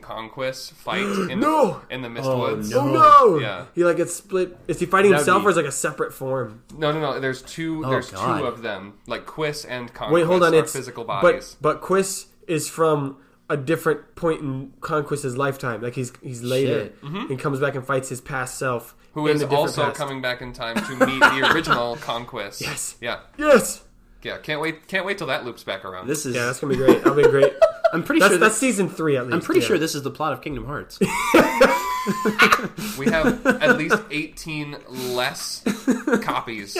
[SPEAKER 3] Conquest fight in,
[SPEAKER 1] No!
[SPEAKER 3] the, in the Mist
[SPEAKER 2] Oh,
[SPEAKER 3] Woods.
[SPEAKER 2] no.
[SPEAKER 1] Oh no!
[SPEAKER 3] Yeah.
[SPEAKER 1] He like gets split. Is he fighting
[SPEAKER 2] That'd
[SPEAKER 1] himself
[SPEAKER 2] be-
[SPEAKER 1] or is it like a separate form?
[SPEAKER 3] no, no, no. There's two.
[SPEAKER 2] Oh,
[SPEAKER 3] there's
[SPEAKER 2] God.
[SPEAKER 3] two of them, like Quist and Conquest.
[SPEAKER 1] Wait, hold on.
[SPEAKER 3] are
[SPEAKER 1] It's
[SPEAKER 3] physical bodies.
[SPEAKER 1] But but Quis is from a different point in Conquest's lifetime. Like he's he's later
[SPEAKER 2] Shit.
[SPEAKER 1] and comes back and fights his past self.
[SPEAKER 3] Mm-hmm. who
[SPEAKER 1] in
[SPEAKER 3] is
[SPEAKER 1] a different
[SPEAKER 3] also
[SPEAKER 1] past.
[SPEAKER 3] coming back in time to meet the original Conquest?
[SPEAKER 1] Yes.
[SPEAKER 3] Yeah.
[SPEAKER 1] Yes.
[SPEAKER 3] Yeah. Can't wait. Can't wait till that loops back around.
[SPEAKER 2] This is.
[SPEAKER 1] Yeah, that's gonna be great. That'll be great.
[SPEAKER 2] I'm pretty
[SPEAKER 1] That's,
[SPEAKER 2] sure.
[SPEAKER 1] that's
[SPEAKER 2] That's,
[SPEAKER 1] season three at least.
[SPEAKER 2] I'm pretty
[SPEAKER 1] yeah.
[SPEAKER 2] sure this is the plot of Kingdom Hearts.
[SPEAKER 3] We have at least 18 less copies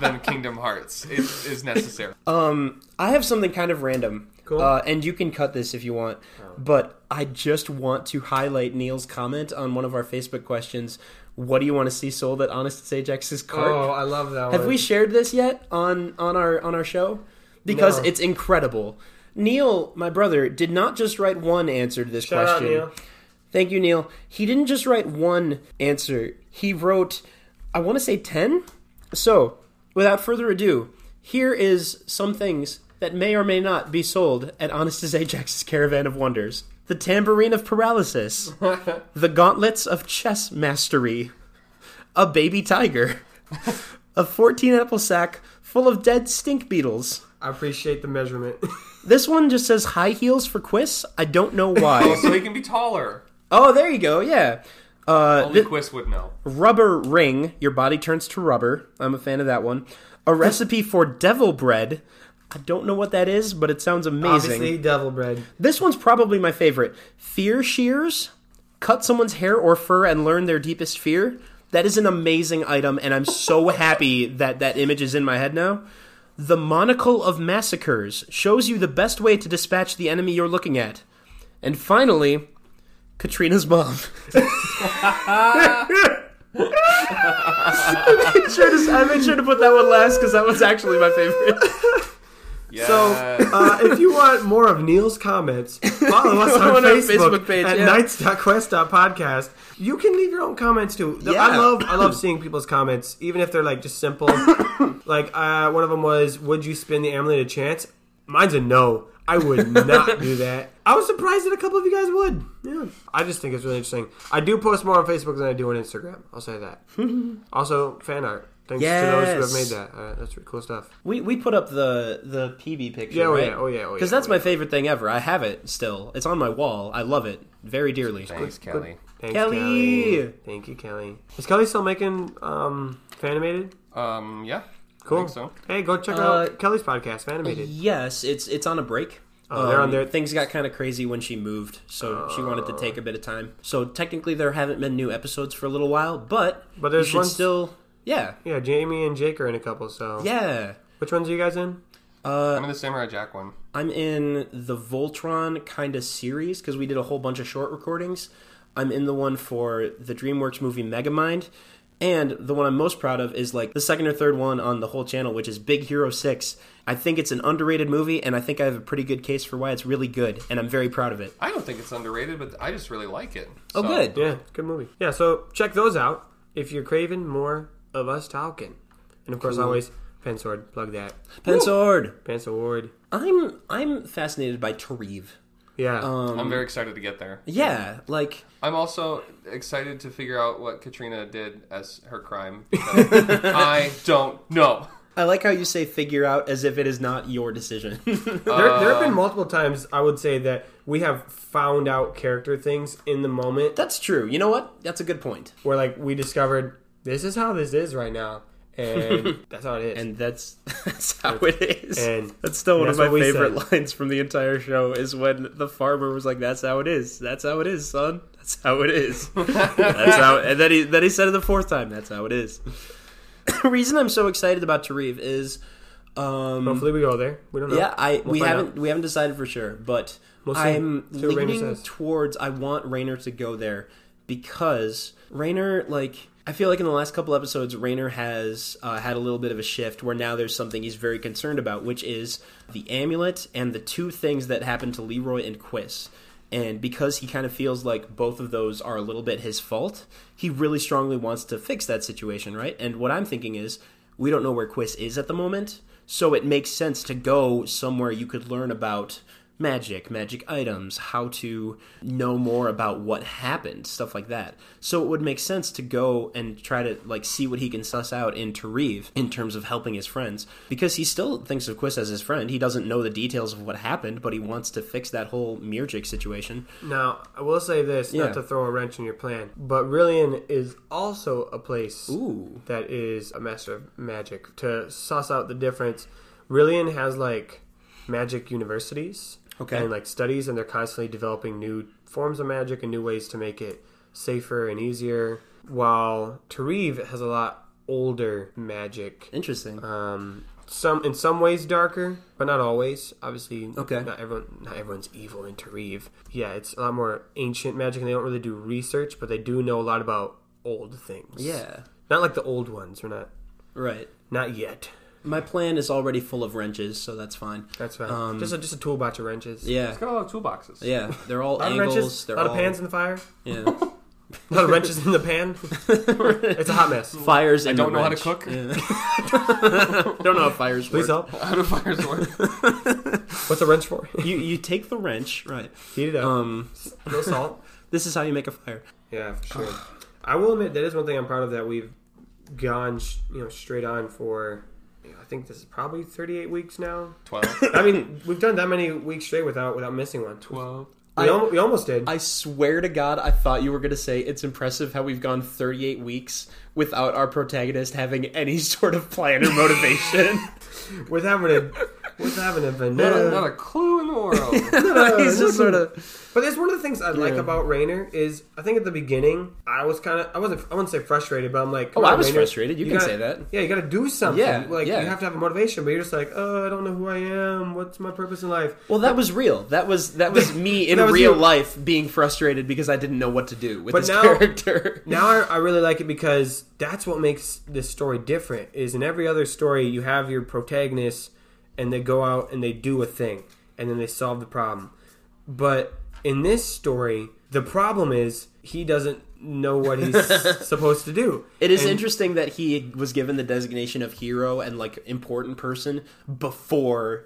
[SPEAKER 3] than Kingdom Hearts is, is necessary.
[SPEAKER 2] Um, I have something kind of random.
[SPEAKER 1] Cool. Oh.
[SPEAKER 2] Uh, and you can cut this if you want. But I just want to highlight Neil's comment on one of our Facebook questions. What do you want to see sold at Honest Sage X's cart?
[SPEAKER 1] Oh, I love that.
[SPEAKER 2] Have
[SPEAKER 1] one.
[SPEAKER 2] we shared this yet on on our on our show? Because
[SPEAKER 1] No.
[SPEAKER 2] it's incredible. Neil, my brother, did not just write one answer to this
[SPEAKER 1] Shout out,
[SPEAKER 2] question.
[SPEAKER 1] Neil.
[SPEAKER 2] Thank you, Neil. He didn't just write one answer. He wrote, I want to say 10. So, without further ado, here is some things that may or may not be sold at Honest as Ajax's Caravan of Wonders. The Tambourine of Paralysis. the Gauntlets of Chess Mastery. A Baby Tiger. a 14 apple sack full of dead stink beetles.
[SPEAKER 1] I appreciate the measurement.
[SPEAKER 2] This one just says high heels for Quiz. I don't know why.
[SPEAKER 3] So he can be taller.
[SPEAKER 2] oh, there you go. Yeah. Uh,
[SPEAKER 3] Only Quist would know.
[SPEAKER 2] Rubber ring. Your body turns to rubber. I'm a fan of that one. A recipe for devil bread. I don't know what that is, but it sounds amazing.
[SPEAKER 1] Obviously, devil bread.
[SPEAKER 2] This one's probably my favorite. Fear shears. Cut someone's hair or fur and learn their deepest fear. That is an amazing item, and I'm so happy that that image is in my head now. The monocle of massacres shows you the best way to dispatch the enemy you're looking at. And finally, Katrina's mom. I made sure to, I made sure to put that one last because that was actually my favorite.
[SPEAKER 3] Yeah.
[SPEAKER 1] So, uh, if you want more of Neil's comments, follow us on,
[SPEAKER 2] On our
[SPEAKER 1] Facebook,
[SPEAKER 2] Facebook page,
[SPEAKER 1] at
[SPEAKER 2] yeah.
[SPEAKER 1] nights.quest.podcast. You can leave your own comments too. The- I
[SPEAKER 2] Yeah.
[SPEAKER 1] love I love seeing people's comments, even if they're like just simple. like uh, one of them was, "Would you spin the amulet a chance?" Mine's a no. I would not do that. I was surprised that a couple of you guys would. Yeah, I just think it's really interesting. I do post more on Facebook than I do on Instagram. I'll say that. also, fan art. Thanks to those who
[SPEAKER 2] Yes.
[SPEAKER 1] have made that. Uh, that's really cool stuff.
[SPEAKER 2] We we put up the the PB picture.
[SPEAKER 1] Yeah, oh
[SPEAKER 2] right?
[SPEAKER 1] yeah, oh yeah, oh yeah.
[SPEAKER 2] Because that's my favorite thing ever. I have it still. It's on my wall. I love it very dearly.
[SPEAKER 3] Thanks, Kelly.
[SPEAKER 1] Thanks,
[SPEAKER 2] Kelly!
[SPEAKER 1] Thank you, Kelly. Is Kelly still making um, Fanimated?
[SPEAKER 3] Um, yeah.
[SPEAKER 1] Cool.
[SPEAKER 3] I think so.
[SPEAKER 1] Hey, go check
[SPEAKER 2] Uh,
[SPEAKER 1] out Kelly's podcast, Fanimated.
[SPEAKER 2] Yes, it's it's on a break. Um,
[SPEAKER 1] Oh, they're on their- Oh.
[SPEAKER 2] Things got kind of crazy when she moved, so she wanted to take a bit of time. So technically, there haven't been new episodes for a little while, but
[SPEAKER 1] But
[SPEAKER 2] you
[SPEAKER 1] there's
[SPEAKER 2] should
[SPEAKER 1] one-
[SPEAKER 2] still yeah
[SPEAKER 1] Yeah, Jamie and Jake are in a couple, so.
[SPEAKER 2] yeah.
[SPEAKER 1] Which ones are you guys in? Uh,
[SPEAKER 3] I'm in the Samurai Jack one.
[SPEAKER 2] I'm in the Voltron kind of series because we did a whole bunch of short recordings. I'm in the one for the DreamWorks movie Megamind, And the one I'm most proud of is like the second or third one on the whole channel, which is Big Hero 6. I think it's an underrated movie, and I think I have a pretty good case for why it's really good, and I'm very proud of it.
[SPEAKER 3] I don't think it's underrated, but I just really like it.
[SPEAKER 2] Oh,
[SPEAKER 3] So-
[SPEAKER 2] good.
[SPEAKER 1] Yeah, good movie. Yeah, so check those out if you're craving more of us talking. And of course, always Pen Sword, plug that.
[SPEAKER 2] Pensord.
[SPEAKER 1] Pence Award.
[SPEAKER 2] I'm I'm fascinated by Tareve.
[SPEAKER 1] Yeah.
[SPEAKER 2] Um,
[SPEAKER 3] I'm very excited to get there.
[SPEAKER 2] Yeah, like
[SPEAKER 3] I'm also excited to figure out what Katrina did as her crime. because I don't know.
[SPEAKER 2] I like how you say figure out as if it is not your decision.
[SPEAKER 1] there, there have
[SPEAKER 2] uh,
[SPEAKER 1] been multiple times I would say that we have found out character things in the moment
[SPEAKER 2] That's true. You know what? That's a good point.
[SPEAKER 1] where like we discovered this is how this is right now, and that's how it is.
[SPEAKER 2] And that's that's how it is.
[SPEAKER 1] And
[SPEAKER 2] that's still one
[SPEAKER 1] that's
[SPEAKER 2] of
[SPEAKER 1] what
[SPEAKER 2] my
[SPEAKER 1] we
[SPEAKER 2] favorite lines from the entire show is when the farmer was like, "That's how it is. That's how it is, son. That's how it is. that's how." And then he then he said it the fourth time. That's how it is. the reason I'm so excited about Tarif is, um,
[SPEAKER 1] Hopefully, we go there. We don't know.
[SPEAKER 2] yeah, I
[SPEAKER 1] We'll
[SPEAKER 2] we
[SPEAKER 1] find
[SPEAKER 2] haven't we haven't decided for sure, but
[SPEAKER 1] We'll see.
[SPEAKER 2] I'm
[SPEAKER 1] See what Rainer
[SPEAKER 2] leaning
[SPEAKER 1] says.
[SPEAKER 2] towards I want Rainer to go there because Rainer like I feel like in the last couple episodes Rainer has uh, had a little bit of a shift where now there's something he's very concerned about, which is the amulet and the two things that happened to Leroy and Quiz. And because he kind of feels like both of those are a little bit his fault, he really strongly wants to fix that situation, right? And what I'm thinking is we don't know where Quiz is at the moment, so it makes sense to go somewhere you could learn about magic, magic items, how to know more about what happened, stuff like that. So it would make sense to go and try to like see what he can suss out in Tarif in terms of helping his friends because he still thinks of Quiz as his friend. He doesn't know the details of what happened, but he wants to fix that whole Mirjik situation.
[SPEAKER 1] Now, I will say this,
[SPEAKER 2] Yeah.
[SPEAKER 1] not to throw a wrench in your plan, but Rillian is also a place
[SPEAKER 2] Ooh.
[SPEAKER 1] that is a master of magic. To suss out the difference, Rillian has like magic universities
[SPEAKER 2] Okay.
[SPEAKER 1] and like studies, and they're constantly developing new forms of magic and new ways to make it safer and easier. While Tareve has a lot older magic
[SPEAKER 2] Interesting.
[SPEAKER 1] um, some in some ways darker, but not always. Obviously,
[SPEAKER 2] Okay.
[SPEAKER 1] Not everyone, not everyone's evil in Tareve. Yeah, it's a lot more ancient magic, and they don't really do research, but they do know a lot about old things.
[SPEAKER 2] yeah.
[SPEAKER 1] not like the old ones. We're not
[SPEAKER 2] Right.
[SPEAKER 1] not yet.
[SPEAKER 2] My plan is already full of wrenches, so that's fine.
[SPEAKER 1] That's fine.
[SPEAKER 2] Um,
[SPEAKER 1] just a, just a toolbox of wrenches.
[SPEAKER 2] Yeah.
[SPEAKER 3] It's got a lot of toolboxes.
[SPEAKER 2] Yeah, they're all
[SPEAKER 1] A lot of
[SPEAKER 2] angles.
[SPEAKER 1] wrenches, a
[SPEAKER 2] they're
[SPEAKER 1] lot
[SPEAKER 2] all
[SPEAKER 1] of pans in the fire,
[SPEAKER 2] Yeah.
[SPEAKER 1] a lot of wrenches in the pan. it's a hot mess.
[SPEAKER 2] fires.
[SPEAKER 3] I
[SPEAKER 2] in
[SPEAKER 3] don't
[SPEAKER 2] the
[SPEAKER 3] know how to
[SPEAKER 2] wrench.
[SPEAKER 3] cook.
[SPEAKER 2] Yeah. don't know how fires
[SPEAKER 1] Please
[SPEAKER 2] work.
[SPEAKER 1] help.
[SPEAKER 3] How do fires work?
[SPEAKER 1] What's a wrench for?
[SPEAKER 2] You you take the wrench, right?
[SPEAKER 1] Heat it up.
[SPEAKER 2] Um,
[SPEAKER 1] no salt.
[SPEAKER 2] this is how you make a fire.
[SPEAKER 1] Yeah, for sure. I will admit that is one thing I'm proud of that we've gone, sh- you know, straight on for. you know, I think this is probably 38 weeks now.
[SPEAKER 3] Twelve.
[SPEAKER 1] I mean, we've done that many weeks straight without without missing one.
[SPEAKER 3] Twelve.
[SPEAKER 1] We,
[SPEAKER 2] I-
[SPEAKER 1] al- we almost did.
[SPEAKER 2] I swear to God, I thought you were gonna say it's impressive how we've gone 38 weeks without our protagonist having any sort of plan or motivation.
[SPEAKER 1] with having a with having a
[SPEAKER 3] Not
[SPEAKER 1] vanilla.
[SPEAKER 3] a, not a clue in the world.
[SPEAKER 2] He's just sort of
[SPEAKER 1] But that's one of the things I like about Rayner is I think at the beginning I was kind of I wasn't I wouldn't say frustrated, but I'm like, come
[SPEAKER 2] Oh, I
[SPEAKER 1] on,
[SPEAKER 2] was
[SPEAKER 1] Rayner,
[SPEAKER 2] frustrated. You can
[SPEAKER 1] gotta-
[SPEAKER 2] say that.
[SPEAKER 1] Yeah, you got to do something.
[SPEAKER 2] Yeah,
[SPEAKER 1] like
[SPEAKER 2] yeah.
[SPEAKER 1] you have to have a motivation, but you're just like, oh, I don't know who I am. What's my purpose in life?
[SPEAKER 2] well. That was real. That was that was me in
[SPEAKER 1] That was
[SPEAKER 2] real
[SPEAKER 1] you.
[SPEAKER 2] life being frustrated because I didn't know what to do with
[SPEAKER 1] But
[SPEAKER 2] this
[SPEAKER 1] now-
[SPEAKER 2] character.
[SPEAKER 1] now I, I really like it because that's what makes this story different is in every other story you have your protagonist and they go out and they do a thing and then they solve the problem but in this story the problem is he doesn't know what he's supposed to do
[SPEAKER 2] It is
[SPEAKER 1] And-
[SPEAKER 2] interesting that he was given the designation of hero and like important person before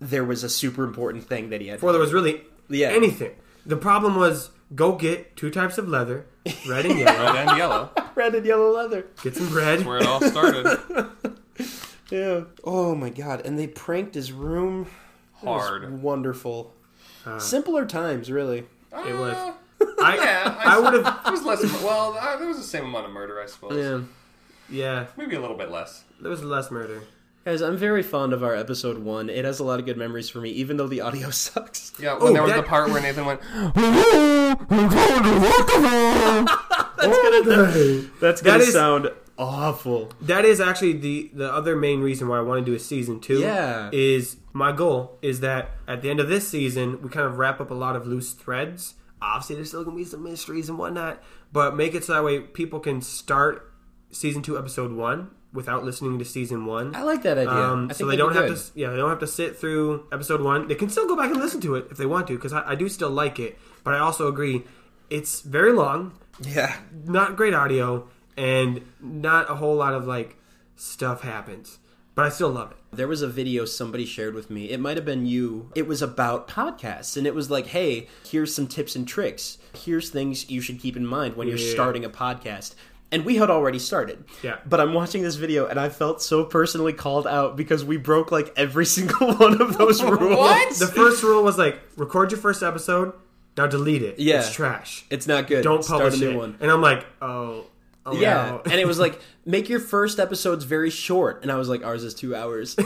[SPEAKER 2] there was a super important thing that he had.
[SPEAKER 1] before there was really
[SPEAKER 2] Yeah.
[SPEAKER 1] anything the problem was go get two types of leather red and yellow
[SPEAKER 3] Red and yellow.
[SPEAKER 2] red and yellow leather.
[SPEAKER 1] get some bread
[SPEAKER 3] Where it all started.
[SPEAKER 2] Yeah. Oh my god! And they pranked his room. That was
[SPEAKER 3] Hard.
[SPEAKER 2] Wonderful. Simpler times, really.
[SPEAKER 1] it was
[SPEAKER 3] Ah,
[SPEAKER 1] i,
[SPEAKER 3] yeah,
[SPEAKER 1] I
[SPEAKER 3] I,
[SPEAKER 1] would
[SPEAKER 3] would
[SPEAKER 1] have
[SPEAKER 3] There was less. Well, uh, there was the same amount of murder, I suppose.
[SPEAKER 1] yeah
[SPEAKER 3] Maybe a little bit less.
[SPEAKER 1] there was less murder
[SPEAKER 2] Guys, I'm very fond of our episode one. It has a lot of good memories for me, even though the audio sucks.
[SPEAKER 3] Yeah. When
[SPEAKER 1] Oh,
[SPEAKER 3] there was
[SPEAKER 1] that-
[SPEAKER 3] the part where Nathan went,
[SPEAKER 2] That's gonna. That's gonna
[SPEAKER 1] That is-
[SPEAKER 2] sound awful.
[SPEAKER 1] that is actually the the other main reason why I want to do a season two.
[SPEAKER 2] Yeah.
[SPEAKER 1] is my goal is that at the end of this season we kind of wrap up a lot of loose threads. Obviously, there's still gonna be some mysteries and whatnot, but make it so that way people can start season two, episode one, without listening to season one.
[SPEAKER 2] I like that idea. I
[SPEAKER 1] Um,
[SPEAKER 2] think
[SPEAKER 1] so they
[SPEAKER 2] that'd
[SPEAKER 1] don't have
[SPEAKER 2] be good.
[SPEAKER 1] to, yeah, they don't have to sit through episode one. They can still go back and listen to it if they want to, because I, I do still like it. But I also agree, it's very long,
[SPEAKER 2] Yeah.
[SPEAKER 1] not great audio, and not a whole lot of like stuff happens. But I still love it.
[SPEAKER 2] There was a video somebody shared with me. It might have been you. It was about podcasts. And it was like, hey, here's some tips and tricks. Here's things you should keep in mind when you're
[SPEAKER 1] Yeah.
[SPEAKER 2] starting a podcast. And we had already started.
[SPEAKER 1] Yeah.
[SPEAKER 2] But I'm watching this video and I felt so personally called out because we broke like every single one of those rules.
[SPEAKER 1] The first rule was like record your first episode, now delete it.
[SPEAKER 2] Yeah.
[SPEAKER 1] it's trash.
[SPEAKER 2] It's not good.
[SPEAKER 1] don't
[SPEAKER 2] Start
[SPEAKER 1] publish
[SPEAKER 2] a new
[SPEAKER 1] it.
[SPEAKER 2] one.
[SPEAKER 1] And I'm like, oh, oh
[SPEAKER 2] Yeah.
[SPEAKER 1] no.
[SPEAKER 2] and it was like, make your first episodes very short. And I was like, ours is two hours.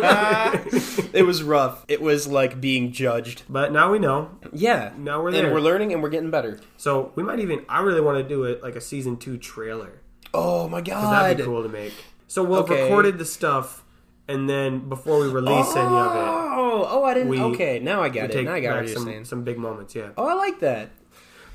[SPEAKER 2] it was rough. It was like being judged.
[SPEAKER 1] but now we know.
[SPEAKER 2] Yeah.
[SPEAKER 1] Now we're
[SPEAKER 2] And
[SPEAKER 1] there.
[SPEAKER 2] we're learning and we're getting better.
[SPEAKER 1] So we might even. I really want to do it like a season two trailer.
[SPEAKER 2] Oh my
[SPEAKER 1] That'd
[SPEAKER 2] god.
[SPEAKER 1] be cool to make. So we'll have
[SPEAKER 2] Okay.
[SPEAKER 1] recorded the stuff, and then before we release
[SPEAKER 2] Oh,
[SPEAKER 1] any of it,
[SPEAKER 2] oh, I didn't.
[SPEAKER 1] We-
[SPEAKER 2] okay, now I got it.
[SPEAKER 1] take
[SPEAKER 2] Now I got what
[SPEAKER 1] back
[SPEAKER 2] you're
[SPEAKER 1] some,
[SPEAKER 2] saying.
[SPEAKER 1] some big moments. Yeah,
[SPEAKER 2] Oh, I like that.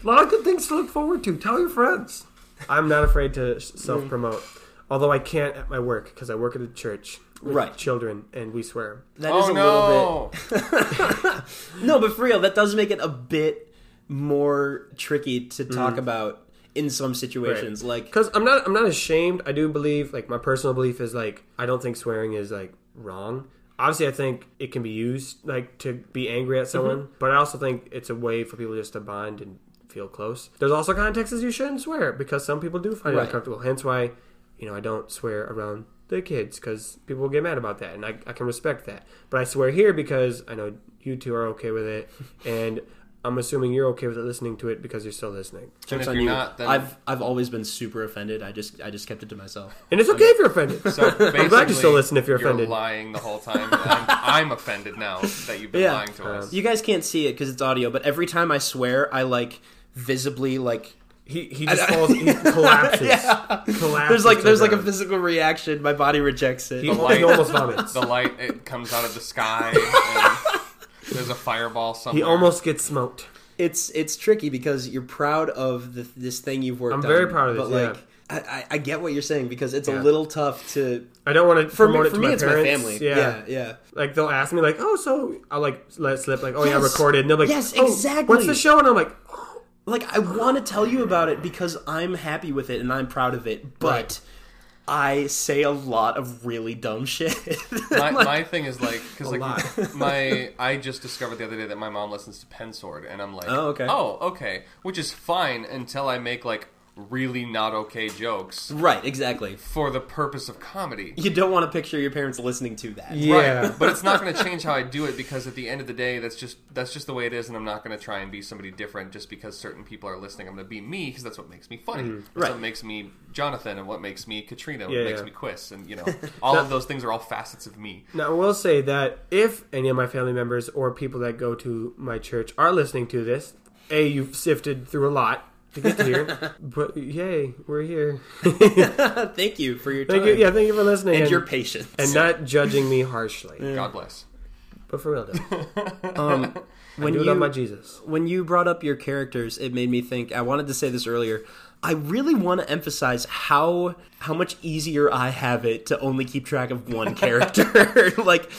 [SPEAKER 1] a lot of good things to look forward to. Tell your friends. Mm. I'm not afraid to self promote, although I can't at my work because I work at a church with
[SPEAKER 2] Right.
[SPEAKER 1] children, and we swear.
[SPEAKER 2] That is
[SPEAKER 3] Oh
[SPEAKER 2] a little
[SPEAKER 3] no!
[SPEAKER 2] bit. No, but for real, that does make it a bit more tricky to
[SPEAKER 1] Mm.
[SPEAKER 2] talk about in some situations. Like,
[SPEAKER 1] because I'm not I'm not ashamed. I do believe like my personal belief is like I don't think swearing is like wrong. Obviously, I think it can be used like to be angry at someone, but I also think it's a way for people just to bond and feel close. There's also contexts you shouldn't swear because some people do find
[SPEAKER 2] Right.
[SPEAKER 1] it uncomfortable. Hence why, you know, I don't swear around the kids because people will get mad about that, and I, I can respect that. But I swear here because I know you two are okay with it, and I'm assuming you're okay with it listening to it because you're still listening.
[SPEAKER 3] and
[SPEAKER 2] jokes
[SPEAKER 3] if
[SPEAKER 2] on
[SPEAKER 3] you're
[SPEAKER 2] you.
[SPEAKER 3] not, then
[SPEAKER 2] I've I've always been super offended. I just I just kept it to myself.
[SPEAKER 1] And it's okay if you're offended.
[SPEAKER 3] so
[SPEAKER 1] I'm glad you still
[SPEAKER 3] basically,
[SPEAKER 1] listen if you're offended.
[SPEAKER 3] lying the whole time. I'm, I'm offended now that you've been
[SPEAKER 2] Yeah.
[SPEAKER 3] lying to us.
[SPEAKER 2] You guys can't see it because it's audio, but every time I swear, I like visibly like
[SPEAKER 1] He he just falls, he collapses.
[SPEAKER 2] Yeah.
[SPEAKER 1] collapses.
[SPEAKER 2] there's like there's like a
[SPEAKER 1] around.
[SPEAKER 2] physical reaction. My body rejects it.
[SPEAKER 1] He,
[SPEAKER 3] The light-
[SPEAKER 1] he almost vomits.
[SPEAKER 3] The light it comes out of the sky. and there's a fireball somewhere.
[SPEAKER 1] He almost gets smoked.
[SPEAKER 2] it's it's tricky because you're proud of the, this thing you've worked.
[SPEAKER 1] I'm
[SPEAKER 2] on,
[SPEAKER 1] very proud of
[SPEAKER 2] but
[SPEAKER 1] this,
[SPEAKER 2] like, I, I, I get what you're saying because it's a
[SPEAKER 1] Yeah.
[SPEAKER 2] little tough to.
[SPEAKER 1] I don't want to
[SPEAKER 2] For
[SPEAKER 1] promote
[SPEAKER 2] me,
[SPEAKER 1] it
[SPEAKER 2] for
[SPEAKER 1] to
[SPEAKER 2] me
[SPEAKER 1] my
[SPEAKER 2] it's
[SPEAKER 1] parents.
[SPEAKER 2] my family.
[SPEAKER 1] Yeah.
[SPEAKER 2] Yeah, yeah.
[SPEAKER 1] like they'll ask me like, oh, so I'll like let it slip like, oh yeah,
[SPEAKER 2] Yes.
[SPEAKER 1] recorded. And they're like,
[SPEAKER 2] Yes,
[SPEAKER 1] "Oh,
[SPEAKER 2] exactly."
[SPEAKER 1] What's the show? And I'm like, oh,
[SPEAKER 2] Like I want to tell you about it because I'm happy with it and I'm proud of it, but.
[SPEAKER 1] Right.
[SPEAKER 2] I say a lot of really dumb shit.
[SPEAKER 3] my, my thing is like because like
[SPEAKER 1] lot.
[SPEAKER 3] my I just discovered the other day that my mom listens to Pen Sword and I'm like
[SPEAKER 2] Oh, okay.
[SPEAKER 3] oh okay which is fine until I make like really not okay jokes
[SPEAKER 1] Mm.
[SPEAKER 2] right, exactly.
[SPEAKER 3] for the purpose of comedy
[SPEAKER 2] You don't want to picture your parents listening to that.
[SPEAKER 1] yeah.
[SPEAKER 3] but it's not going to change how I do it because at the end of the day that's just that's just the way it is and I'm not going to try and be somebody different just because certain people are listening I'm going to be me because that's what makes me funny that's
[SPEAKER 2] Mm-hmm. Right.
[SPEAKER 3] what makes me Jonathan and what makes me Katrina what
[SPEAKER 1] Yeah,
[SPEAKER 3] makes
[SPEAKER 1] yeah.
[SPEAKER 3] me Quiss and you know all of those things are all facets of me
[SPEAKER 1] Now, I will say that if any of my family members or people that go to my church are listening to this, A, you've sifted through a lot to get to here, but yay, we're here.
[SPEAKER 2] thank you for your time
[SPEAKER 1] Thank you. Yeah, thank you for listening.
[SPEAKER 2] and your patience.
[SPEAKER 1] and not judging me harshly.
[SPEAKER 3] God bless
[SPEAKER 1] But for real, though,
[SPEAKER 2] um, when
[SPEAKER 1] I do
[SPEAKER 2] you
[SPEAKER 1] love my Jesus.
[SPEAKER 2] when you brought up your characters, it made me think. I wanted to say this earlier. I really want to emphasize how how much easier I have it to only keep track of one character. like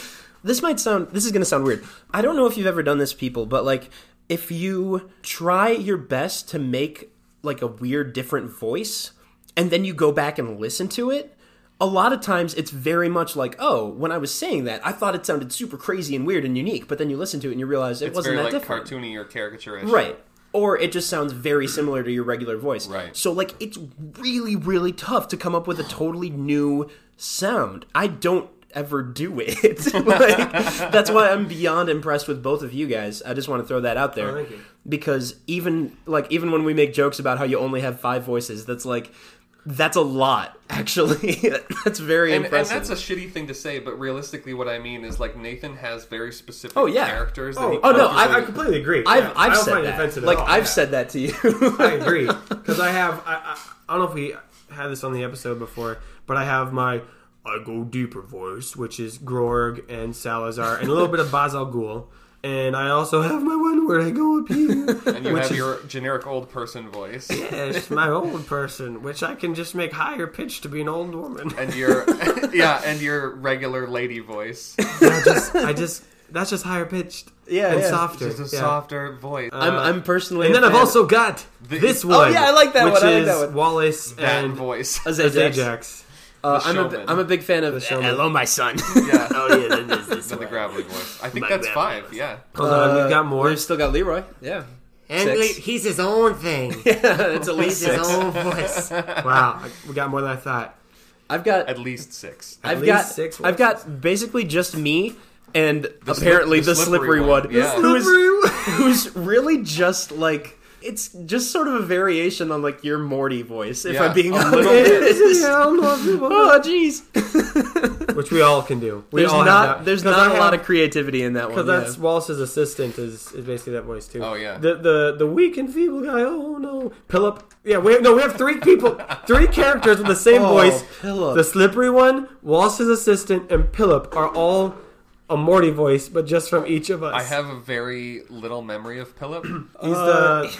[SPEAKER 2] this might sound this is going to sound weird. I don't know if you've ever done this people, but like if you try your best to make like a weird different voice and then you go back and listen to it, a lot of times it's very much like, oh, when I was saying that, I thought it sounded super crazy and weird and unique, but then you listen to it and you realize it
[SPEAKER 3] it's
[SPEAKER 2] wasn't
[SPEAKER 3] very
[SPEAKER 2] that
[SPEAKER 3] like
[SPEAKER 2] different.
[SPEAKER 3] cartoony or caricaturish
[SPEAKER 2] Right. Or it just sounds very similar to your regular voice.
[SPEAKER 3] Right.
[SPEAKER 2] So like it's really, really tough to come up with a totally new sound. I don't ever do it. like that's why I'm beyond impressed with both of you guys. I just want to throw that out there.
[SPEAKER 1] Oh, thank you.
[SPEAKER 2] Because even like even when we make jokes about how you only have five voices, that's like that's a lot, actually. that's very
[SPEAKER 3] And, and
[SPEAKER 2] impressive.
[SPEAKER 3] that's a shitty thing to say, but realistically, what I mean is like Nathan has very specific
[SPEAKER 2] Oh, yeah.
[SPEAKER 3] characters. that
[SPEAKER 1] Oh,
[SPEAKER 3] he
[SPEAKER 1] oh
[SPEAKER 2] no,
[SPEAKER 3] purposely-
[SPEAKER 1] I, I completely agree.
[SPEAKER 2] I've
[SPEAKER 1] Yeah, I
[SPEAKER 2] I've
[SPEAKER 1] don't
[SPEAKER 2] said
[SPEAKER 1] find it
[SPEAKER 2] that.
[SPEAKER 1] offensive at
[SPEAKER 2] Like
[SPEAKER 1] all.
[SPEAKER 2] I've
[SPEAKER 1] Yeah.
[SPEAKER 2] said that to you.
[SPEAKER 1] I agree because I have. I, I I don't know if we had this on the episode before, but I have my I go deeper voice, which is Grorg and Salazar and a little bit of Bazal Ghul. and I also have my one where I go up here.
[SPEAKER 3] and you have your generic old person voice,
[SPEAKER 1] Yes, my old person, which I can just make higher pitch to be an old woman.
[SPEAKER 3] and your yeah, and your regular lady voice,
[SPEAKER 1] I just, I just, that's just higher pitched.
[SPEAKER 2] Yeah,
[SPEAKER 1] and
[SPEAKER 2] yeah.
[SPEAKER 1] softer.
[SPEAKER 3] just a
[SPEAKER 1] yeah.
[SPEAKER 3] softer voice. Uh,
[SPEAKER 2] I'm, I'm personally.
[SPEAKER 1] And
[SPEAKER 2] a
[SPEAKER 1] then I've
[SPEAKER 2] fan-
[SPEAKER 1] also got
[SPEAKER 3] The-
[SPEAKER 1] this
[SPEAKER 3] Oh,
[SPEAKER 1] one.
[SPEAKER 2] yeah, I like that
[SPEAKER 1] which
[SPEAKER 2] one, I like
[SPEAKER 1] is
[SPEAKER 2] that one.
[SPEAKER 1] Wallace
[SPEAKER 3] that
[SPEAKER 1] and
[SPEAKER 3] voice.
[SPEAKER 2] Azae
[SPEAKER 1] Azae
[SPEAKER 2] Jax.
[SPEAKER 1] Jax.
[SPEAKER 2] Uh,
[SPEAKER 3] The
[SPEAKER 2] I'm, a,
[SPEAKER 3] showman.
[SPEAKER 2] I'm a big fan of.
[SPEAKER 1] showman.
[SPEAKER 2] Hello, my son.
[SPEAKER 3] Yeah.
[SPEAKER 2] oh yeah, that is this
[SPEAKER 3] the
[SPEAKER 2] one.
[SPEAKER 3] gravelly voice. I think
[SPEAKER 2] My
[SPEAKER 3] that's
[SPEAKER 2] gravelly
[SPEAKER 3] five.
[SPEAKER 2] voice.
[SPEAKER 3] Yeah.
[SPEAKER 1] Hold on,
[SPEAKER 2] Uh,
[SPEAKER 1] we've got more.
[SPEAKER 2] We've still got Leroy. Yeah.
[SPEAKER 4] And
[SPEAKER 2] Six.
[SPEAKER 4] Lee, he's his own thing.
[SPEAKER 2] it's at least
[SPEAKER 4] He's his
[SPEAKER 2] six.
[SPEAKER 4] own voice.
[SPEAKER 1] Wow, I- we got more than I thought.
[SPEAKER 2] I've got.
[SPEAKER 3] At least six.
[SPEAKER 2] I've
[SPEAKER 1] least
[SPEAKER 2] got.
[SPEAKER 1] six
[SPEAKER 2] I've got basically just me and apparently
[SPEAKER 3] slip-
[SPEAKER 2] the, slippery, one,
[SPEAKER 3] Yeah. The
[SPEAKER 2] who's who's really just like it's just sort of a variation on like your Morty voice. If
[SPEAKER 3] Yeah,
[SPEAKER 2] I'm being
[SPEAKER 3] a
[SPEAKER 2] honest.
[SPEAKER 3] little
[SPEAKER 2] oh jeez.
[SPEAKER 1] Which we all can do. We
[SPEAKER 2] There's
[SPEAKER 1] all
[SPEAKER 2] not.
[SPEAKER 1] have that.
[SPEAKER 2] There's
[SPEAKER 1] 'Cause
[SPEAKER 2] not
[SPEAKER 1] I
[SPEAKER 2] a lot
[SPEAKER 1] have-
[SPEAKER 2] of creativity in that one.
[SPEAKER 1] Because
[SPEAKER 2] yeah.
[SPEAKER 1] that's Wallace's assistant is, is basically that voice too.
[SPEAKER 3] Oh, yeah.
[SPEAKER 1] The the the weak and feeble guy. Oh no, Pillip. Yeah, we no, we have three people, three characters with the same
[SPEAKER 2] Oh,
[SPEAKER 1] voice.
[SPEAKER 2] Pillip.
[SPEAKER 1] The slippery one, Wallace's assistant, and Pillip are all a Morty voice, but just from each of us.
[SPEAKER 3] I have a very little memory of Pillip.
[SPEAKER 1] He's